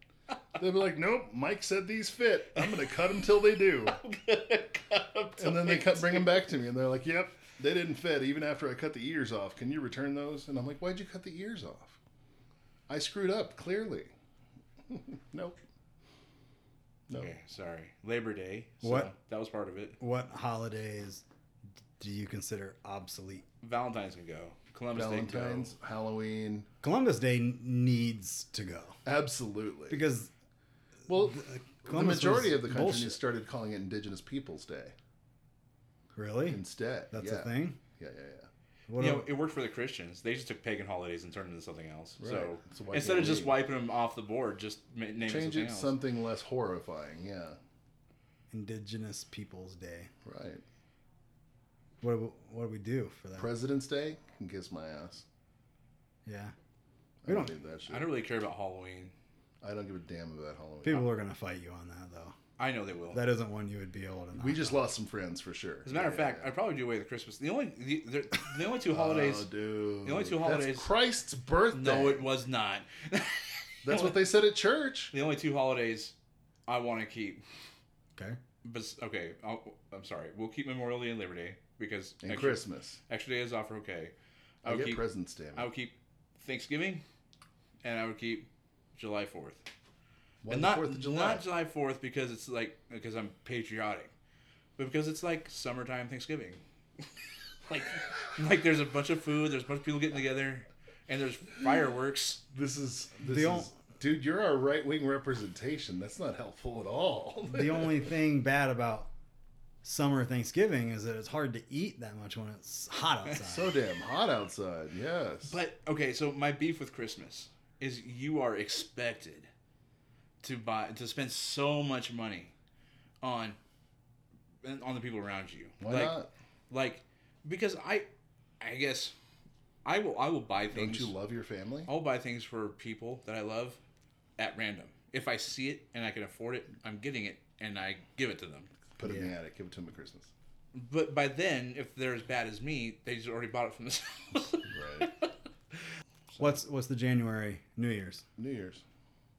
B: They'll be like, "Nope, Mike said these fit. I'm gonna cut them till they do." and then they cut, bring them back to me, and they're like, "Yep, they didn't fit. Even after I cut the ears off, can you return those?" And I'm like, "Why'd you cut the ears off? I screwed up, clearly." nope. No.
C: Okay, sorry. Labor Day. So
A: What?
C: That was part of it.
A: What holidays do you consider obsolete?
C: Valentine's can go. Columbus Day can go.
B: Valentine's, Halloween,
A: Columbus Day n- needs to go
B: absolutely.
A: because uh,
B: well, the
A: Columbus
B: majority
A: was
B: of the country
A: bullshit.
B: started calling it Indigenous Peoples Day
A: really,
B: instead.
A: that's
B: yeah.
A: a thing.
B: Yeah, yeah, yeah.
A: What
C: you
A: a-
C: know, it worked for the Christians. They just took pagan holidays and turned them into something else. So,
B: Right. So why
C: instead
B: can't
C: of just
B: we?
C: wiping them off the board, just ma- name it
B: Change
C: something
B: it
C: else.
B: something less horrifying. Yeah,
A: Indigenous Peoples Day.
B: right.
A: What do, what do we do for that?
B: President's Day can kiss my ass.
A: yeah,
B: I
A: We
B: don't
A: don't-
B: need that shit.
C: I don't really care about Halloween.
B: I don't give a damn about Halloween.
A: people are gonna fight you on that though.
C: I know they will.
A: That isn't one you would be able to.
B: we
A: knock
B: just
A: out.
B: lost some friends for sure.
C: As a matter of
B: Yeah,
C: fact,
B: yeah.
C: I'd probably do away with Christmas. The only the, the, the only two holidays.
B: Oh, dude.
C: the only two
B: That's
C: holidays-
B: Christ's birthday.
C: no, it was not.
B: That's what they said at church.
C: the only two holidays I want to keep.
A: okay.
C: But s- okay, I'll, I'm sorry. We'll keep Memorial Day and Labor Day because
B: And
C: extra,
B: Christmas.
C: extra days off are okay. I
B: I
C: would
B: get
C: keep
B: presents, damn it.
C: I would keep Thanksgiving, and I would keep July Fourth.
B: Why
C: And
B: the
C: not
B: Fourth of July?
C: not July Fourth because it's like because I'm patriotic, but because it's like summertime Thanksgiving. like like there's a bunch of food. There's a bunch of people getting together, and there's fireworks.
B: This is this
A: The
B: is,
A: ol-
B: dude. You're our right wing representation. That's not helpful at all.
A: the only thing bad about summer Thanksgiving is that it's hard to eat that much when it's hot outside.
B: so damn hot outside. Yes,
C: But okay, so my beef with Christmas is you are expected to buy to spend so much money on on the people around you.
B: why
C: like,
B: not?
C: Like because I I guess I will I will buy
B: Don't
C: things
B: you love your family?
A: Oh,
C: I'll buy things for people that I love at random. If I see it and I can afford it, I'm getting it and I give it to them.
B: Put it in the attic. Give it to him at Christmas.
C: But by then, if they're as bad as me, they just already bought it from themselves.
B: Right.
A: What's what's the January New Year's?
B: New Year's.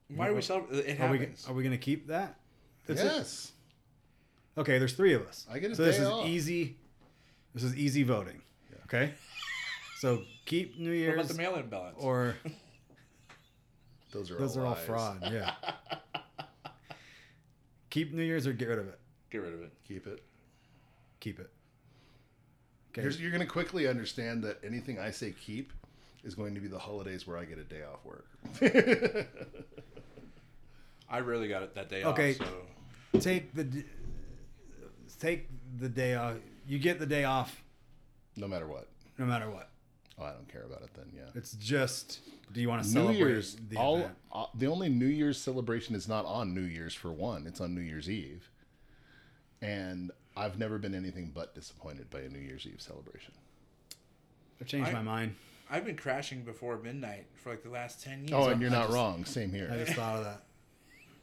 C: Why do we celebrate? It
A: Are we
C: happens.
A: are we gonna keep that? That's it?
B: yes.
A: Okay, there's three of us.
B: I get a
A: so this
B: day
A: is
B: off.
A: easy. This is easy voting. Okay. So keep New
C: What about
A: Year's
C: the mail-in balance?
A: or
B: Those are
A: those
B: all
A: are all
B: lies.
A: fraud. Yeah. keep New Year's or get rid of it.
C: Get rid of it.
B: Keep it.
A: Keep it. Okay.
B: Here's, you're going to quickly understand that anything I say keep is going to be the holidays where I get a day off work.
C: I rarely got it that day
A: Okay.
C: off. So
A: take the d- take the day off. You get the day off
B: no matter what.
A: no matter what.
B: Oh, I don't care about it then. Yeah.
A: It's just do you want to
B: New
A: celebrate
B: Year's.
A: the
B: all
A: event?
B: uh, the only New Year's celebration is not on New Year's for one. It's on New Year's Eve, and I've never been anything but disappointed by a New Year's Eve celebration.
A: I've changed
C: I-
A: my mind.
C: I've been crashing before midnight for like the last ten years.
B: Oh, and you're
A: I
B: not
A: just-
B: wrong. Same
A: I
B: here.
A: just thought of that.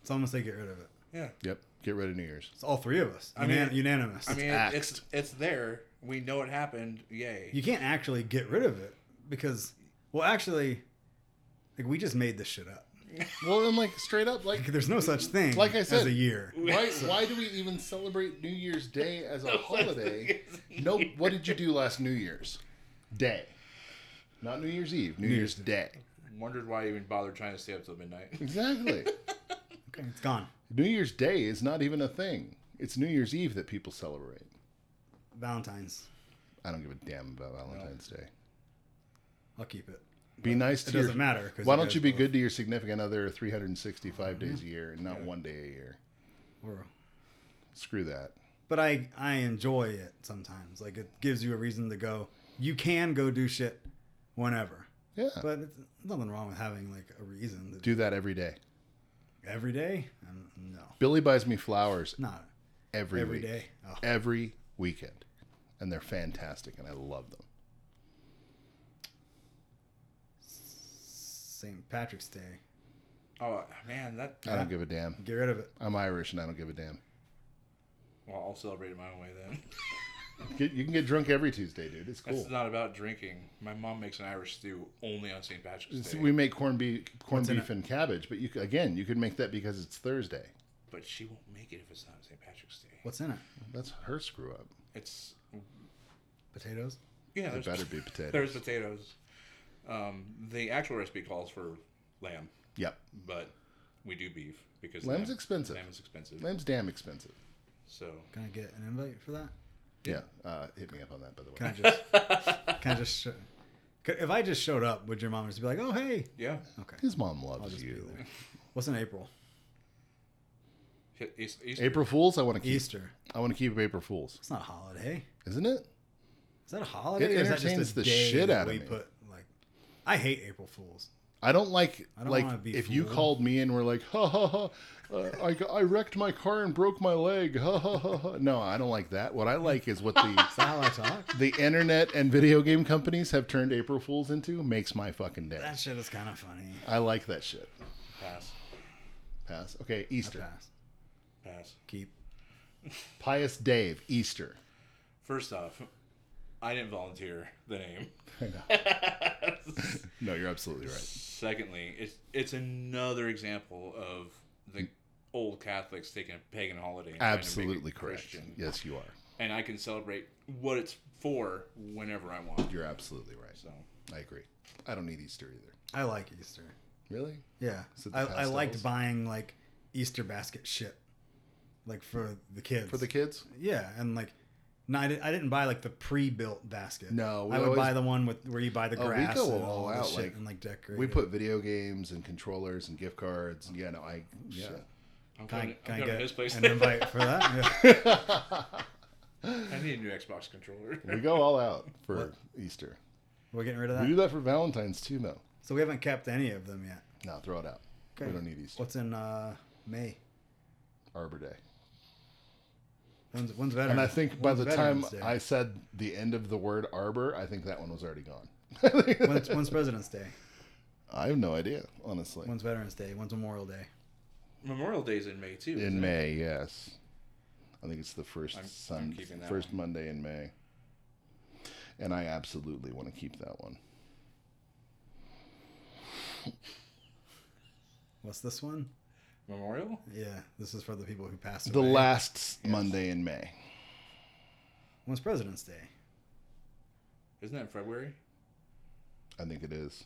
A: It's almost like get rid of it.
C: yeah.
B: Yep. Get rid of New Year's.
A: It's all three of us.
C: I mean-
A: Unan- unanimous.
C: I mean,
B: axed.
C: it's it's there. We know it happened. Yay.
A: you can't actually get rid of it because, well, actually, like we just made this shit up.
B: Well, and like straight up, like
A: Like, there's no such thing.
B: Like I
A: as
B: said-
A: a year.
B: why, why do we even celebrate New Year's Day as a holiday? No, what did you do last New Year's Day? Not New Year's Eve, New, Year's, Day.
C: Wondered why I even bothered trying to stay up till midnight.
B: Exactly.
A: Okay, it's gone.
B: New Year's Day is not even a thing. It's New Year's Eve that people celebrate.
A: Valentine's.
B: I don't give a damn about Valentine's Day.
A: I'll keep it.
B: Be nice to
A: It
B: your-
A: doesn't matter. 'cause
B: Why don't
A: guys
B: you be
A: both- Mm-hmm.
B: good to your significant other 365 days a year and not one day a year?
A: we're-
B: Screw that.
A: But I I enjoy it sometimes. Like it gives you a reason to go. You can go do shit whenever.
B: Yeah.
A: But it's nothing wrong with having like a reason to do
B: do that every day.
A: every day. Um, no,
B: Billy buys me flowers
A: not
B: every
A: every
B: week.
A: day. Oh,
B: every weekend, and they're fantastic, and I love them.
A: St. Patrick's Day.
C: Oh man, that.
B: I don't give a damn.
A: Get rid of it.
B: I'm Irish, and I don't give a damn.
C: Well, I'll celebrate it my own way then.
B: Get- You can get drunk every Tuesday, dude. It's
C: It's
B: cool.
C: not about drinking. My mom makes an Irish stew only on St. Patrick's
B: It's-
C: Day,
B: we make corned beef, corned
A: in
B: beef and cabbage, but you c- again, you could make that because it's Thursday.
C: but she won't make it if it's not St. Patrick's Day.
A: What's in it?
B: That's her screw up.
C: It's
A: Potatoes.
C: yeah.
B: It
C: There's,
B: better be potato.
C: there's potatoes. Um, the actual recipe calls for lamb,
B: Yep.
C: but We do beef because
B: Lamb's
C: lamb-
B: expensive.
C: Lamb is expensive.
B: Lamb's damn expensive.
C: So
A: Can I get an invite for that?
B: Yeah. Uh, hit me up on that, by the way.
A: Can I just? can I just? Show, could, if I just showed up, would your mom just be like, "Oh, hey"?
C: yeah,
A: Okay.
B: His mom
A: I'll
B: loves
A: just
B: you.
A: be there. What's in April?
C: Hit- East- Easter.
B: April Fools. I want to keep.
A: Easter.
B: I want to keep April Fools.
A: It's not a holiday.
B: Isn't it?
A: Is that a holiday?
B: It
A: or is that
B: entertains
A: just a
B: the
A: day
B: shit
A: that
B: out of
A: we
B: me.
A: Put, like, I hate April Fools.
B: I don't like
A: I don't wanna
B: like
A: be
B: if you
A: fooled.
B: called me and were like, ha ha ha, uh, I, got- I wrecked my car and broke my leg, ha ha ha ha. No, I don't like that. What I like is what the
A: Is that how I talk?
B: the internet and video game companies have turned April Fools into. Makes my fucking day.
A: that shit is kind of funny.
B: I like that shit.
C: Pass.
B: Pass. Okay,
A: I
B: Easter.
A: pass.
C: Pass.
A: Keep.
B: Pious Dave. Easter.
C: First off, I didn't volunteer the name.
B: No, you're absolutely right.
C: Secondly, it's it's another example of the old Catholics taking a pagan holiday. And trying to make it
B: Absolutely correct.
C: Christian.
B: Yes, you are.
C: And I can celebrate what it's for whenever I want.
B: You're absolutely right.
C: So
B: I agree. I don't need Easter either.
A: I like Easter.
B: Really?
A: Yeah.
B: Is it the
A: I, I liked
B: pastels?
A: buying like Easter basket shit, like for the kids.
B: For the kids?
A: Yeah, and like, no, I, didn't, I didn't buy like the pre-built basket.
B: No, we
A: I would
B: always-
A: buy the one with where you buy the
B: Oh, we
A: grass
B: go
A: and all
B: all
A: the
B: out,
A: shit
B: like,
A: and like decorate.
B: We
A: it.
B: put video games and controllers and gift cards. And yeah, no, I. Yeah.
A: shit.
C: I'm
A: Can I,
C: coming,
A: can
C: I'm
A: I
C: coming
A: get
C: to his place.
A: an invite for that?
C: I need a new Xbox controller.
B: We go all out for Easter.
A: We're getting rid of
B: We do
A: that.
B: that for Valentine's too, though.
A: So we haven't kept any of them yet.
B: No, throw it out. We
A: Okay.
B: don't need Easter.
A: What's in uh, May?
B: Arbor Day.
A: When's, when's better?
B: And I think by the time
A: Day?
B: I said the end of the word arbor, I think that one was already gone.
A: when's, when's President's Day?
B: I have no idea, honestly.
A: When's Veterans Day? When's Memorial Day?
C: Memorial Day's in May too. isn't
B: In
C: it?
B: May, yes. I think it's the 1st
C: I'm- I'm
B: sun,
C: keeping that
B: first Monday in May. And I absolutely want to keep that one.
A: What's this one?
C: Memorial.
A: Yeah, this is for the people who passed
B: The
A: away.
B: last s- Monday in May.
A: When's President's Day?
C: Isn't that in February?
B: I think it is.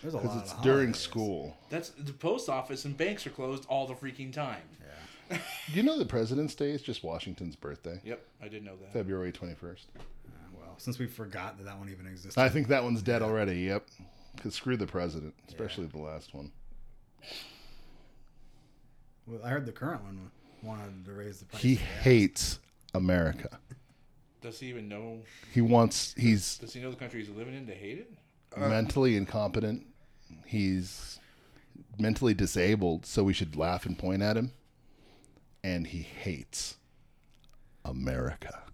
A: There's a lot.
B: Because it's
A: of
B: during
A: holidays.
B: school.
C: That's the post office and banks are closed all the freaking time.
A: Yeah.
B: You know the President's Day is just Washington's birthday,
C: Yep, I did know that.
B: February 21st.
A: Uh, well, since we forgot that that one even existed.
B: I think that one's dead already, yep. Because screw the President, especially the last one.
A: Well, I heard the current one wanted to raise the price.
B: He
A: of gas.
B: hates America.
C: Does he even know?
B: He wants. He's
C: Does he know the country he's living in to hate it?
A: uh,
B: mentally incompetent. He's mentally disabled, so we should laugh and point at him. And he hates America.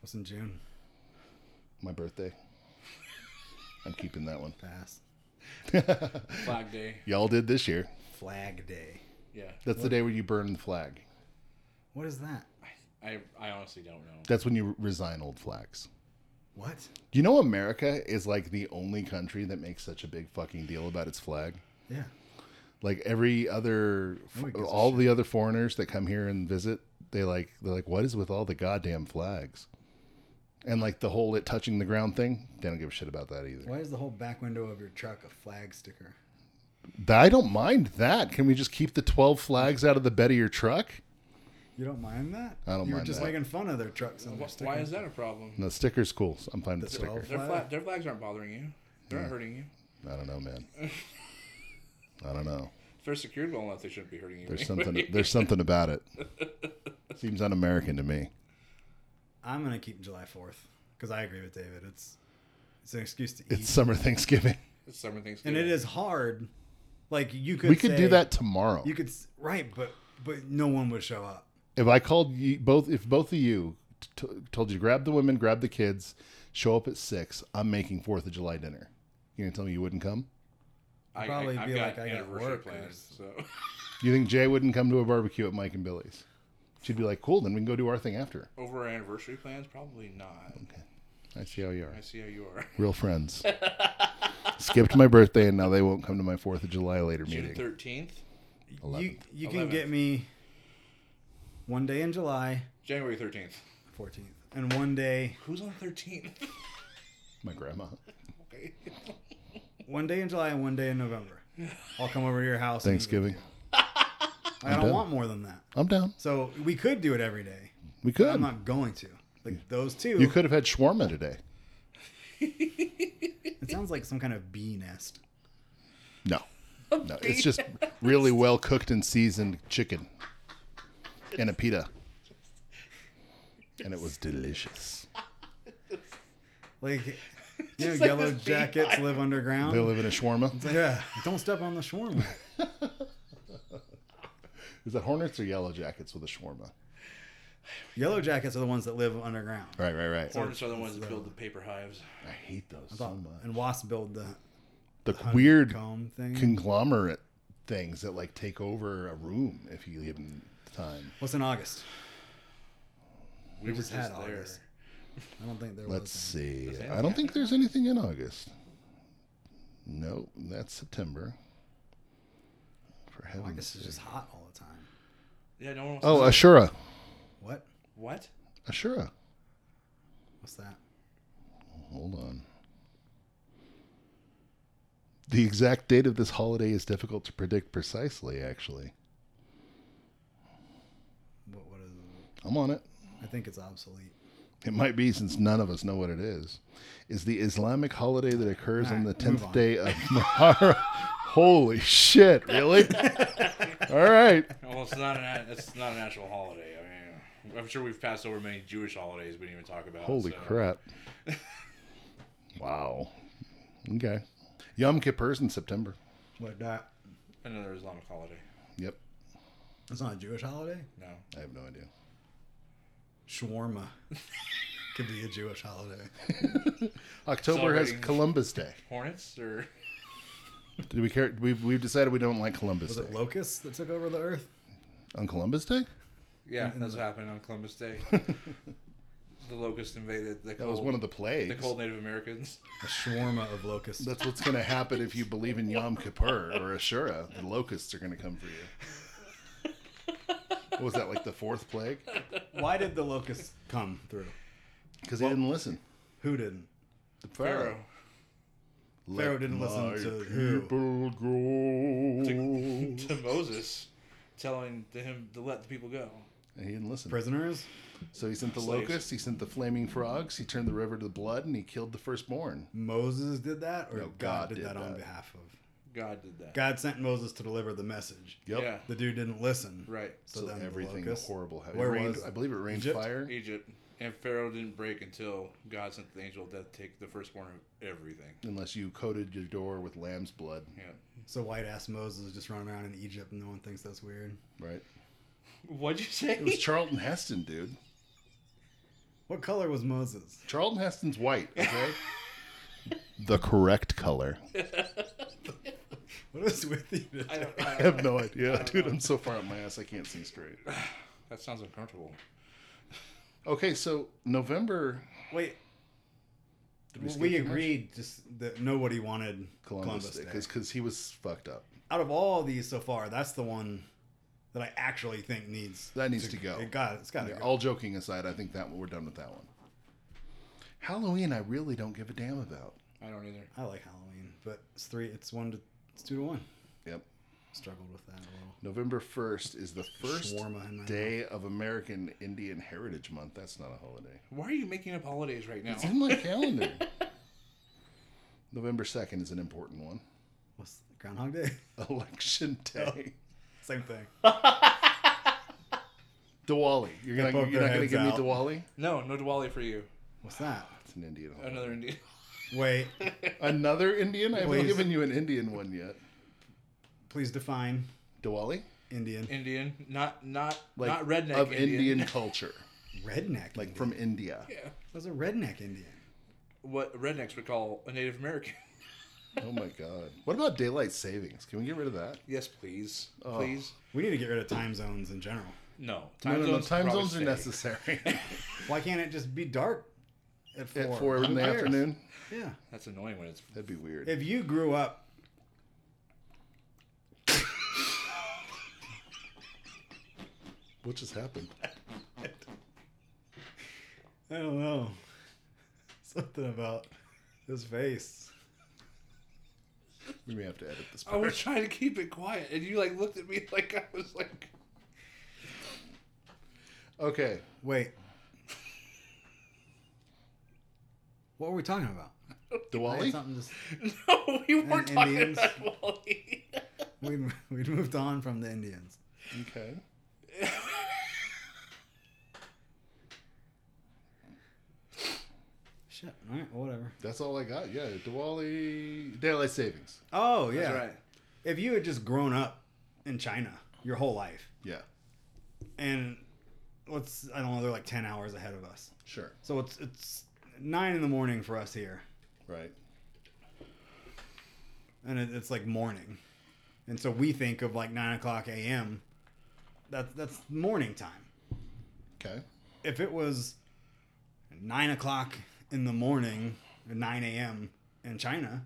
A: What's in June?
B: My birthday. I'm keeping that one.
A: Pass.
C: Flag Day.
B: Y'all did this year.
A: Flag Day.
C: Yeah.
B: That's the day where you burn the flag.
A: What is that?
C: I I honestly don't know.
B: That's when you resign old flags.
A: What?
B: You know, America is like the only country that makes such a big fucking deal about its flag.
A: Yeah.
B: like every other
A: Nobody gives a
B: all the other foreigners that come here and visit they like they're like what is with all the goddamn flags and like the whole it touching the ground thing they don't give a shit about that either
A: Why is the whole back window of your truck a flag sticker?
B: Th- i don't mind that can we just keep the 12 flags out of the bed of your truck
A: You don't mind that?
B: I don't
A: you were
B: mind
A: just
B: that.
A: making fun of their trucks and
C: Why,
A: their stickers.
C: why is that a problem?
B: no sticker's cool i'm fine with
A: The
B: sticker
A: 12?
C: Their,
A: Flag.
C: flag, their flags aren't bothering you. They're not hurting you.
B: i don't know man i don't know
C: If they're secured well enough, they shouldn't be hurting you.
B: there's
C: anyway.
B: something there's something about it seems un-american to me
A: I'm gonna keep July 4th because I agree with David. It's it's an excuse to eat,
B: it's summer thanksgiving
C: It's summer
A: and
C: Thanksgiving.
A: it is hard. Like you could
B: we could do
A: say-
B: that tomorrow
A: You could s- right, but but no one would show up.
B: if I called you both, if both of you t- told you grab the women, grab the kids, show up at six, I'm making Fourth of July dinner. You gonna tell me you wouldn't come?
C: I,
A: probably
C: I've
A: be
C: got
A: like, I got
C: anniversary
A: work or
C: plans. So
B: You think Jay wouldn't come to a barbecue at Mike and Billy's? She'd be like, cool, then we can go do our thing after.
C: over our anniversary plans, probably not.
B: I see how you are.
C: I see how you are.
B: Real friends. Skipped my birthday and now they won't come to my Fourth of July later
C: June
B: meeting.
C: thirteenth,
A: You
B: 11th.
A: you can
C: 11th.
A: get me one day in July
C: January thirteenth.
A: 14th and one day
C: Who's on thirteenth?
B: My grandma.
C: okay.
A: one day in July and one day in November. I'll come over to your house. and-
B: Thanksgiving.
A: I don't
B: done.
A: want more than that.
B: I'm down.
A: So we could do it every day.
B: We
A: but
B: could.
A: I'm not going to. Like those two.
B: you could have had shawarma today.
A: It sounds like some kind of bee nest.
B: No. No, it's just really well cooked and seasoned chicken and a pita. And it was delicious.
A: Like, you know, yellow
C: this bee
A: jackets live underground.
B: They live in a shawarma.
A: yeah, don't step on the shawarma.
B: Is it hornets or yellow jackets with a shawarma?
A: Yellow jackets are the ones that live underground.
B: Right, right, right.
C: Hornets are the ones that build the paper hives.
B: I hate those so
A: But-
B: much.
A: And wasps build the
B: The weird
A: comb thing.
B: conglomerate things that like take over a room if you give them time.
A: What's in August?
C: We, were
A: just
C: just
A: had all
C: there.
A: this. I don't think there
B: Let's
A: was.
B: see.
C: Does
B: I don't think there's anything in August. No, that's September. For
A: any.
B: heaven's
A: August is
B: sake.
A: just hot all the time.
C: Yeah, no one wants
B: Oh,
C: to
B: Ashura.
A: What?
C: What?
B: Ashura.
A: What's that?
B: Hold on. The exact date of this holiday is difficult to predict precisely, actually.
A: What? What is? It?
B: I'm on it.
A: I think it's obsolete.
B: It might be since none of us know what it is. Is the Islamic holiday that occurs on
A: Alright,
B: the
A: move
B: tenth
A: on.
B: day of Muharram? Holy shit! Really? All right.
C: Well, it's not an it's not an actual holiday. I mean, I'm sure we've passed over many Jewish holidays we didn't even talk about.
B: Holy
C: so-
B: crap! Wow. Okay. Yom Kippur's in September.
A: What? That?
C: Another Islamic holiday.
B: Yep.
A: That's not a Jewish holiday.
C: No.
B: I have no idea.
A: Shawarma could be a Jewish holiday.
B: October has
C: Celebrating-
B: Columbus Day.
C: Hornets or
B: Do we care? We've, we've decided we don't like Columbus
A: Was
B: Day.
A: it locusts that took over the earth?
B: On Columbus Day?
C: yeah, that's what happened on Columbus Day. the locust invaded the
B: That
C: cold,
B: was one of the
C: the
B: plagues.
C: cold Native Americans.
A: A shawarma of locusts.
B: That's what's going to happen if you believe in Yom Kippur or Ashura. The locusts are going to come for you. What was that, like the fourth plague?
A: Why did the locusts come through?
B: Because he didn't listen.
A: Who didn't?
B: The
C: Pharaoh.
B: Let
A: Pharaoh didn't listen
B: my
A: to who?
B: people
C: To,
B: go.
C: to Moses, telling to him to let the people go.
B: And he didn't listen.
A: Prisoners?
B: So he sent the
C: Slaves.
B: locusts, he sent the flaming frogs, he turned the river to blood, and he killed the firstborn.
A: Moses did that, or
B: No,
A: God,
B: God
A: did,
B: did
A: that, on
B: that.
A: behalf of?
C: God did that.
A: God sent Moses to deliver the message.
B: Yep.
C: Yeah.
A: The dude didn't listen.
C: Right.
A: So,
B: So
A: then
B: everything
A: the locusts,
B: horrible happened. It
A: Where
B: rained-
A: was?
B: I believe it rained
A: Egypt?
B: fire.
C: Egypt and Pharaoh didn't break until God sent the angel of death to take the firstborn of everything.
B: Unless you coated your door with lamb's blood,
C: Yeah.
A: So white ass Moses is just running around in Egypt, and no one thinks that's weird.
B: right?
C: What'd you say?
B: It was Charlton Heston, dude.
A: What color was Moses?
B: Charlton Heston's white, okay? the correct color.
A: What is with you?
C: I
A: today?
C: don't, I
B: I
C: don't
B: have
C: know.
B: no idea. Dude, I'm so far up my ass, I can't see straight.
C: That sounds uncomfortable.
B: Okay, so November,
A: Wait.
B: we
A: We,
B: skip too much?
A: agreed just that nobody wanted Columbus,
B: Columbus,
A: Day.
B: because he was fucked up.
A: Out of all these so far, that's the one that I actually think needs
B: That needs to go.
A: It got it's got to
B: Yeah,
A: go.
B: all joking aside, I think that one, we're done with that one. Halloween, I really don't give a damn about.
C: I don't either.
A: I like Halloween, but it's three. It's one to it's two to one.
B: Yep.
A: Struggled with that a
B: November 1st is the first
A: Shawarma in my
B: day of American Indian Heritage Month. That's not a holiday.
C: Why are you making up holidays right now?
B: It's in my calendar. November 2nd is an important one.
A: What's Groundhog Day?
B: Election Day.
A: Same thing.
B: Diwali. You're, gonna,
A: poke
B: you're
A: their
B: not going to
A: heads
B: give me
A: out.
B: Diwali?
C: No, no Diwali for you.
A: What's that?
B: It's an Indian holiday.
C: Another Indian.
A: Wait,
B: Another Indian? I haven't
A: Please.
B: given you an Indian one yet.
A: please define
B: Diwali?
A: Indian
C: Indian, not not not redneck
B: Of
C: Indian.
B: Indian culture.
A: redneck.
B: Like
A: Indian.
B: from India.
C: Yeah.
A: was a redneck Indian.
C: What rednecks would call a Native American.
B: Oh my god. What about daylight savings? Can we get rid of that?
C: yes, please,
B: Oh.
C: please.
A: We need to get rid of time zones in general.
C: No,
B: No, no, no. Time
C: probably
B: zones are
C: stay.
B: necessary.
A: Why can't it just be dark at four,
B: At four in
A: Who
B: the
A: cares?
B: afternoon?
A: Yeah.
C: That's annoying when it's
B: That'd be weird.
A: If you grew up,
B: what just happened?
A: I don't know, something about his face.
B: We may have to edit this.
C: I was
B: part.
C: trying to keep it quiet, and you like looked at me like I was like.
B: Okay.
A: Wait. What were we talking about? I had
B: Diwali?
A: Something just,
C: No, we weren't talking
A: Indians?
C: about Wally.
A: we'd, we'd moved on from the Indians.
B: Okay.
A: Shit. All right. Whatever.
B: That's all I got. Yeah. Diwali. Daylight savings.
A: Oh, yeah.
C: That's right.
A: If you had just grown up in China your whole life,
B: Yeah.
A: and let's, I don't know, they're like 10 hours ahead of us.
B: Sure.
A: So it's, it's nine in the morning for us here,
B: Right.
A: and it, it's like morning. And so we think of like 9 o'clock a.m. That, that's morning time.
B: Okay.
A: if it was nine o'clock in the morning, nine a.m. in China,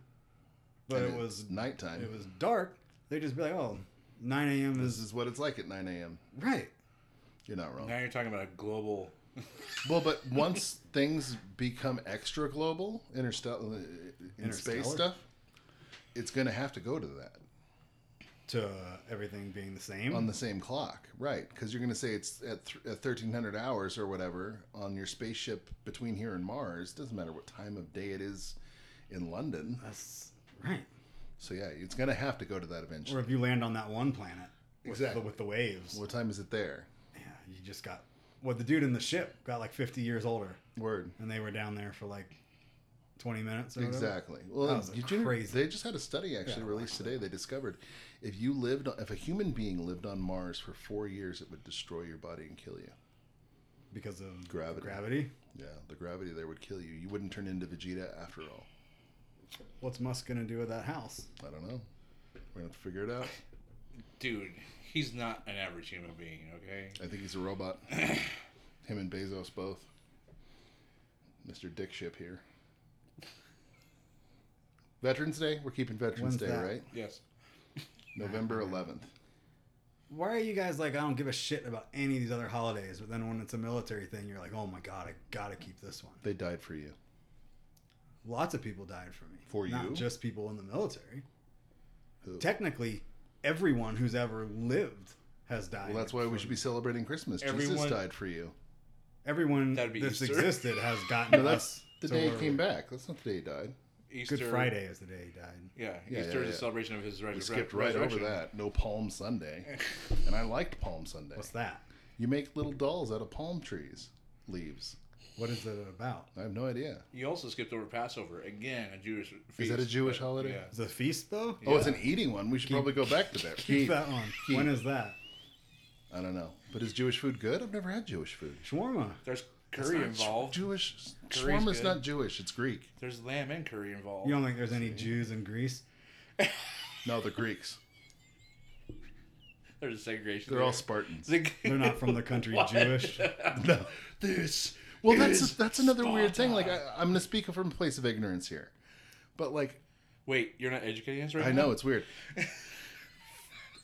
A: but
B: And
A: it was
B: nighttime.
A: it was dark, they'd just be like, "Oh, nine a.m.
B: This
A: is
B: is what it's like at 9 a.m.
A: right."
B: You're not wrong.
C: Now you're talking about a global.
B: Well, but once things become extra global, interstellar, uh, in
A: Interstellar?
B: space stuff, it's going to have to go to that
A: To everything being the same,
B: on the same clock, right? Because you're going to say it's at, th- at 1300 hours or whatever on your spaceship between here and Mars. Doesn't matter what time of day it is in London.
A: that's right.
B: So yeah, it's going to have to go to that
A: Or
B: eventually.
A: if you land on that one planet with,
B: Exactly.
A: the, with the waves,
B: What time is it there?
A: yeah, you just got. Well, the dude in the ship got like fifty years older,
B: Word.
A: and they were down there for like twenty minutes. Or whatever.
B: Exactly. Well,
A: That was
B: did you-
A: crazy.
B: They just had a study actually
A: Yeah, I
B: released today. They discovered if you lived, on, if a human being lived on Mars for four years, it would destroy your body and kill you.
A: because of
B: Gravity.
A: Gravity.
B: Yeah, the gravity there would kill you. You wouldn't turn into Vegeta after all.
A: What's Musk gonna do with that house?
B: I don't know. We're gonna have to figure it out.
C: Dude, he's not an average human being, okay?
B: I think he's a robot. Him and Bezos both. Mr. Dick Ship here. Veterans Day. We're keeping Veterans
A: When's
B: Day,
A: that?
B: right?
C: Yes.
B: November 11th.
A: why are you guys like I don't give a shit about any of these other holidays, but then when it's a military thing, you're like, oh my god, I gotta keep this one.
B: They died for you.
A: Lots of people died for me.
B: For you?
A: not just people in the military.
B: Who?
A: Technically, everyone who's ever lived has died.
B: Well, that's why we
A: for
B: should
A: me.
B: be celebrating Christmas. Jesus
C: Everyone-
B: died for you.
A: Everyone
C: That'd be
A: that's
C: Easter.
A: existed has gotten
B: No, that's
A: us
B: the
A: to
B: day
A: where
B: he
A: we-
B: came back. That's not the day he died.
C: Easter.
A: Good Friday is the day he died.
C: Yeah,
B: Yeah,
C: Easter
B: yeah,
C: is
B: yeah.
C: a celebration of his resurre-
B: We
C: resurrection.
B: skipped right over that. No Palm Sunday. and I liked Palm Sunday.
A: What's that?
B: You make little dolls out of palm trees leaves.
A: What is it about?
B: I have no idea.
C: You also skipped over Passover again, a Jewish feast.
B: that a Jewish
C: but-
B: holiday?
C: Yeah.
A: Is it a feast though?
B: Oh, it's an eating one. We should probably go back to that.
A: Keep that one.
B: Keep.
A: When is that?
B: I don't know. But is Jewish food good? I've never had Jewish food.
A: Shawarma.
C: There's
B: It's
C: curry
B: not
C: involved.
B: Jewish.
C: Curry's
B: Shawarma's
C: Oh, good.
B: not Jewish. It's Greek.
C: There's lamb and curry involved.
A: You don't think there's any Jews in Greece?
B: No, they're Greeks.
C: There's a segregation.
B: They're all
C: there.
B: Spartans.
A: They're not from the country Jewish.
B: No.
C: this.
B: Well,
C: is
B: that's that's another weird thing. Like
C: Sparta.
B: I, I'm going to speak from a place of ignorance here, but like
C: Wait, you're not educating us right
B: I
C: now?
B: know it's weird.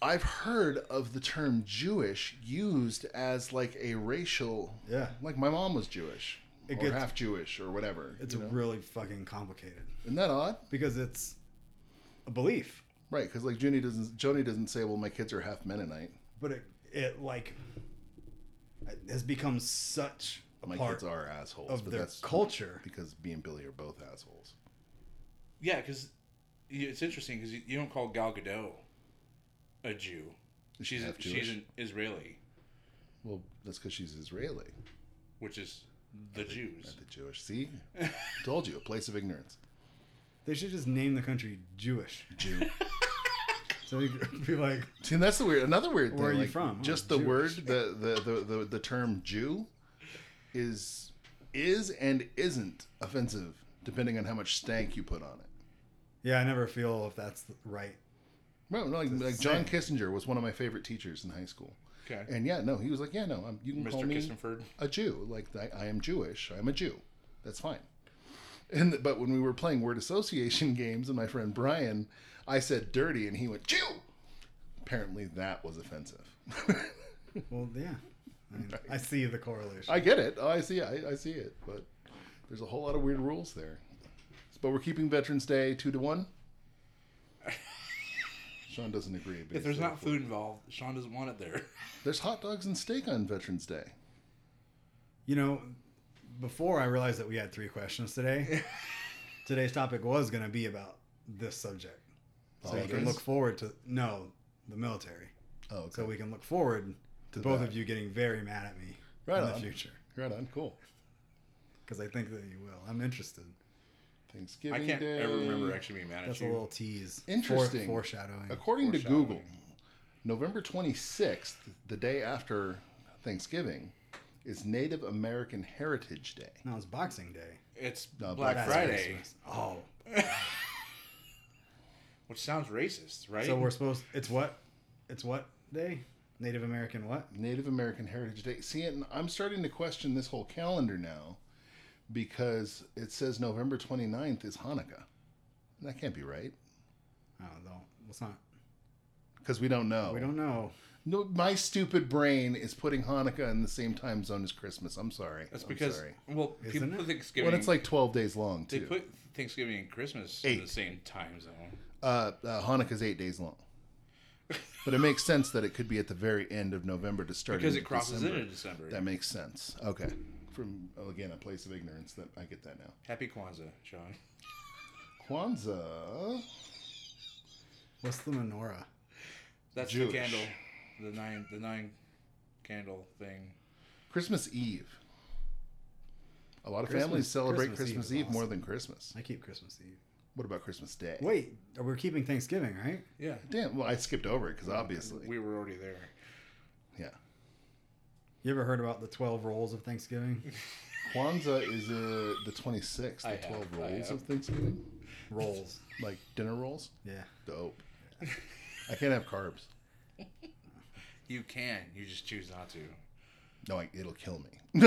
B: I've heard of the term Jewish used as like a racial.
A: Yeah.
B: Like my mom was Jewish,
A: It
B: or
A: gets-
B: half Jewish, or whatever.
A: It's
B: you know?
A: really fucking complicated.
B: Isn't that odd?
A: because it's a belief,
B: Right, because like Joni doesn't, Joni doesn't say, "Well, my kids are half Mennonite."
A: but it it like it has become such a
B: My
A: part
B: kids are assholes.
A: of
B: but
A: their
B: that's
A: culture.
B: because me and Billy are both assholes.
C: Yeah, because it's interesting because you, you don't call Gal Gadot a Jew.
B: Is she
C: She's
B: half Jewish?
C: she's an Israeli,
B: Well, that's because she's Israeli.
C: which is the Jews.
B: Not the Jewish. See, told you, a place of ignorance.
A: They should just name the country Jewish,
B: Jew.
A: so you could be like,
B: See, and that's the weird. Another weird thing.
A: Where are you
B: like,
A: from? Oh,
B: Just the
A: Jewish.
B: word, the the, the the the term Jew, is is and isn't offensive depending on how much stank you put on it.
A: yeah, I never feel if that's right.
B: Well, no, like,
A: It's the
B: like John
A: same.
B: Kissinger was one of my favorite teachers in high school,
C: Okay,
B: and yeah, no, he was like, yeah, no, I'm, you can call
C: Mr.
B: me
C: Kissenford.
B: a Jew. Like I, I am Jewish. I'm a Jew. That's fine. And but when we were playing word association games, and my friend Brian, I said dirty, and he went Jew. Apparently, that was offensive.
A: Well, yeah, I, mean, I see the correlation.
B: I get it. Oh, I see. I, I see it. But there's a whole lot of weird rules there. But we're keeping Veterans Day two to one. Sean doesn't agree. but
C: If
B: he's
C: there's
B: there
C: not
B: for it.
C: food involved, Sean doesn't want it there.
B: there's hot dogs and steak on Veterans Day.
A: You know, before I realized that we had three questions today, today's topic was going to be about this subject. So you can
B: Holidays?
A: look forward to no the military.
B: Oh, okay.
A: So we can look forward to,
B: To
A: both
B: that.
A: of you getting very mad at me
B: Right
A: in the
B: on.
A: future
B: right on. Cool.
A: because I think that you will. I'm interested.
B: Thanksgiving.
C: I can't
B: Day.
C: ever remember actually being mad at
A: That's a
C: you.
A: little tease. fore-
B: Interesting.
A: foreshadowing.
B: According to
C: Foreshadowing.
B: Google, November 26th, the day after Thanksgiving, is Native American Heritage Day.
A: No, it's Boxing Day.
C: It's
B: No,
C: Black
A: That's
B: Black
C: Friday,
A: Christmas. Oh,
C: which sounds racist, right?
A: so we're supposed. It's what? It's what day? Native American what?
B: Native American Heritage Day. See, and I'm starting to question this whole calendar now because it says November 29th is Hanukkah. And that can't be right
A: I don't know. Let's not.
B: because we don't know.
C: Oh.
A: We don't know.
B: No, my stupid brain is putting Hanukkah in the same time zone as Christmas. I'm sorry.
C: That's
B: I'm
C: because
B: sorry.
C: well,
A: Isn't
C: people
A: it?
C: put Thanksgiving.
B: Well, it's like 12 days long
C: they
B: too.
C: put Thanksgiving and Christmas in the
B: Eight.
C: same time zone.
B: uh, uh, Hanukkah's eight days long. But it makes sense that it could be at the very end of November to start
C: because it
B: into
C: crosses
B: December.
C: into December.
B: That makes sense. Okay, from oh, again a place of ignorance. That I get that now.
C: Happy Kwanzaa, Sean.
B: Kwanzaa.
A: What's the menorah?
C: That's
B: Jewish.
C: the candle, the nine, the nine candle thing.
B: Christmas Eve. A lot of
A: Christmas-
B: families celebrate
A: Christmas Eve
B: Christmas,
A: is
B: Eve, more
A: awesome.
B: than Christmas.
A: I keep Christmas Eve.
B: What about Christmas Day?
A: Wait, we're keeping Thanksgiving, right?
C: Yeah,
B: Damn. Well, I skipped over it because obviously,
C: we were already there.
B: yeah.
A: You ever heard about the twelve rolls of Thanksgiving?
B: Kwanzaa is uh, the twenty sixth.
C: I
B: The
C: have,
B: twelve
C: I
B: rolls
C: have.
B: of Thanksgiving,
A: rolls.
B: like dinner rolls.
A: Yeah.
B: Dope. I can't have carbs.
C: You can, you just choose not to.
B: No, I, it'll kill me.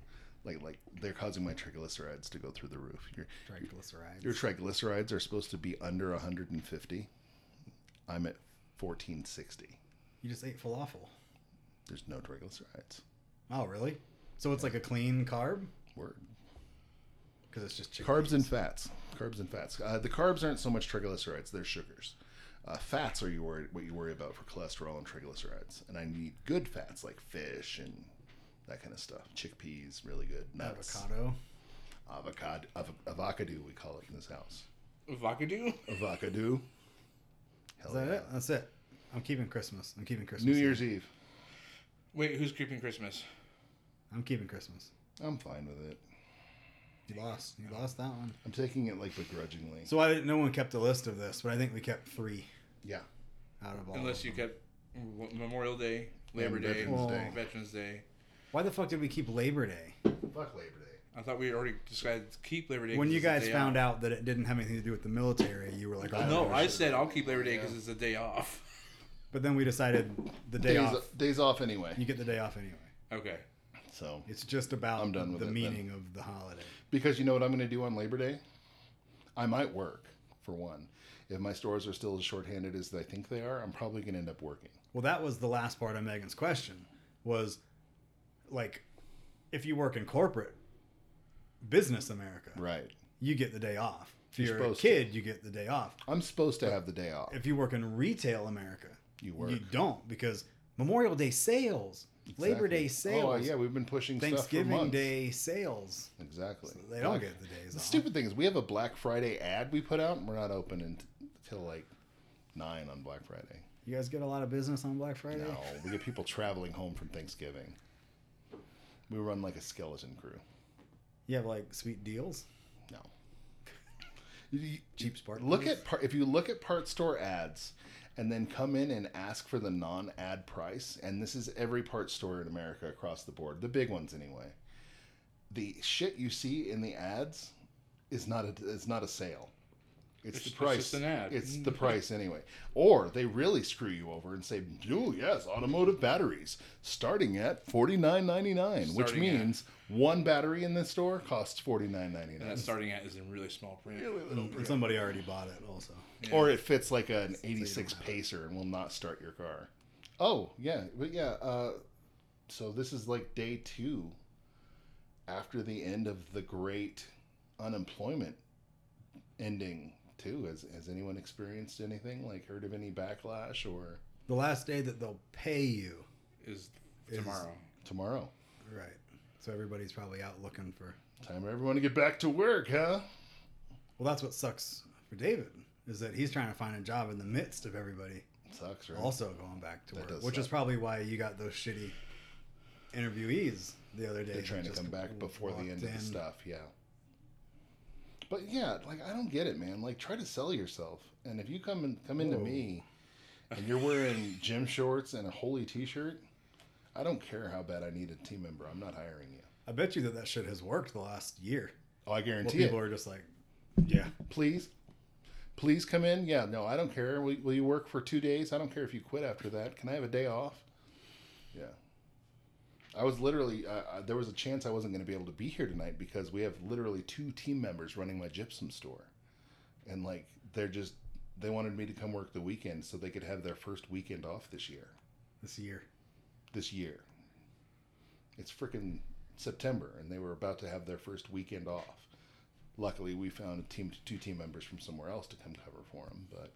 B: like like they're causing my triglycerides to go through the roof. Your
A: Triglycerides.
B: your triglycerides are supposed to be under 150. I'm at 1460.
A: You just ate falafel.
B: There's no triglycerides.
A: Oh, really? So it's like a clean carb
B: Word.
A: because it's just chicken.
B: Carbs and fats. Carbs and fats. Uh, the carbs aren't so much triglycerides; they're sugars. Uh, fats are you worried, what you worry about for cholesterol and triglycerides. And I need good fats like fish and that kind of stuff. Chickpeas, really good. Nuts.
A: avocado.
B: Avocado. Avocado. Avocado. We call it in this house.
C: Vakadu?
B: Avocado. Hell
A: Is that
B: yeah.
A: it? That's it. I'm keeping Christmas. I'm keeping Christmas.
B: New
A: Eve.
B: Year's Eve.
C: Wait, who's creeping Christmas?
A: I'm keeping Christmas.
B: I'm fine with it.
A: You lost. You lost that one.
B: I'm taking it like begrudgingly.
A: So I didn't, no one kept a list of this, but I think we kept three
B: Yeah.
A: out of all.
C: Unless
A: of
C: you
A: them.
C: kept Memorial Day, Labor
B: And
C: Day,
B: Veterans
A: um, Day.
C: Veterans Day.
A: Why the fuck did we keep Labor Day
B: Fuck Labor Day.
C: I thought we already decided to keep Labor Day.
A: when
C: 'cause
A: you
C: it's the
A: guys
C: day
A: found
C: off.
A: out that it didn't have anything to do with the military? You were like, oh,
C: No,
A: no.
C: I said I'll keep Labor Day because
B: Yeah.
C: it's a day off.
A: But then we decided the day
B: Days
A: off.
B: days off anyway.
A: You get the day off anyway.
C: Okay.
B: So
A: It's just about
B: I'm done with
A: the
B: it then.
A: meaning of the holiday.
B: because you know what I'm going to do on Labor Day, I might work for one. If my stores are still as shorthanded as I think they are, I'm probably going to end up working.
A: Well, that was the last part of Megan's question was like if you work in corporate business America,
B: Right.
A: you get the day off. If
B: You're
A: you're, a
B: supposed to.
A: kid, you get the day off.
B: I'm supposed to have the day off.
A: If you work in retail America,
B: You work.
A: you don't because Memorial Day sales, Labor
B: Exactly.
A: Day sales,
B: Oh yeah, we've been pushing stuff for
A: Thanksgiving
B: months.
A: Day sales.
B: Exactly.
A: They don't
B: Black-
A: get the days
B: The
A: off.
B: stupid thing is, we have a Black Friday ad we put out, and we're not open unt- until like nine on Black Friday.
A: You guys get a lot of business on Black Friday?
B: No, we get people traveling home from Thanksgiving. We run like a skeleton crew.
A: You have like sweet deals?
B: No. You- you-
A: Cheap spark
B: Look
A: plugs?
B: at par- if you look at part store ads, and then come in and ask for the non-ad price. And this is every part store in America across the board, the big ones anyway. The shit you see in the ads is not a it's not a sale. It's,
C: It's-
B: the
C: it's
B: price.
C: just an ad. Mm.
B: It's the price anyway. Or they really screw you over and say, "Oh yes, automotive batteries starting at forty nine ninety nine, which
C: Starting at-
B: means one battery in the store costs forty nine ninety
C: And
B: nine.
C: that starting at is in really small print.
B: Mm,
A: And somebody already bought it also.
C: Yeah.
B: Or it fits like an 86 Pacer and will not start your car. Oh, yeah. But yeah, uh, so this is like day two after the end of the great unemployment ending too. Has Has anyone experienced anything like heard of any backlash or
A: The last day that they'll pay you.
C: is
A: Is-
C: tomorrow.
B: tomorrow?
A: Right. So everybody's probably out looking for.
B: Time for everyone to get back to work, huh?
A: Well, that's what sucks for David is that he's trying to find a job in the midst of everybody
B: Sucks, right?
A: also going back to
B: That
A: work,
B: does
A: which is
B: suck.
A: probably why you got those shitty interviewees the other day.
B: They're
A: that
B: trying to
A: just
B: come back before the
A: walked
B: end of
A: in.
B: the stuff, yeah. But yeah, like I don't get it, man. Like try to sell yourself, and if you come and come into
A: Whoa.
B: me, and you're wearing gym shorts and a holy T-shirt, I don't care how bad I need a team member. I'm not hiring you.
A: I bet you that that shit has worked the last year.
B: Oh, I
A: Where
B: guarantee it.
A: people are just like, yeah,
B: please please come in yeah no i don't care will, will you work for two days i don't care if you quit after that can i have a day off yeah i was literally uh, uh, there was a chance i wasn't going to be able to be here tonight because we have literally two team members running my gypsum store and like they're just they wanted me to come work the weekend so they could have their first weekend off this year
A: this year.
B: this year it's freaking september and they were about to have their first weekend off luckily we found a team two team members from somewhere else to come cover for them but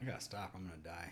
A: I gotta stop. I'm gonna die.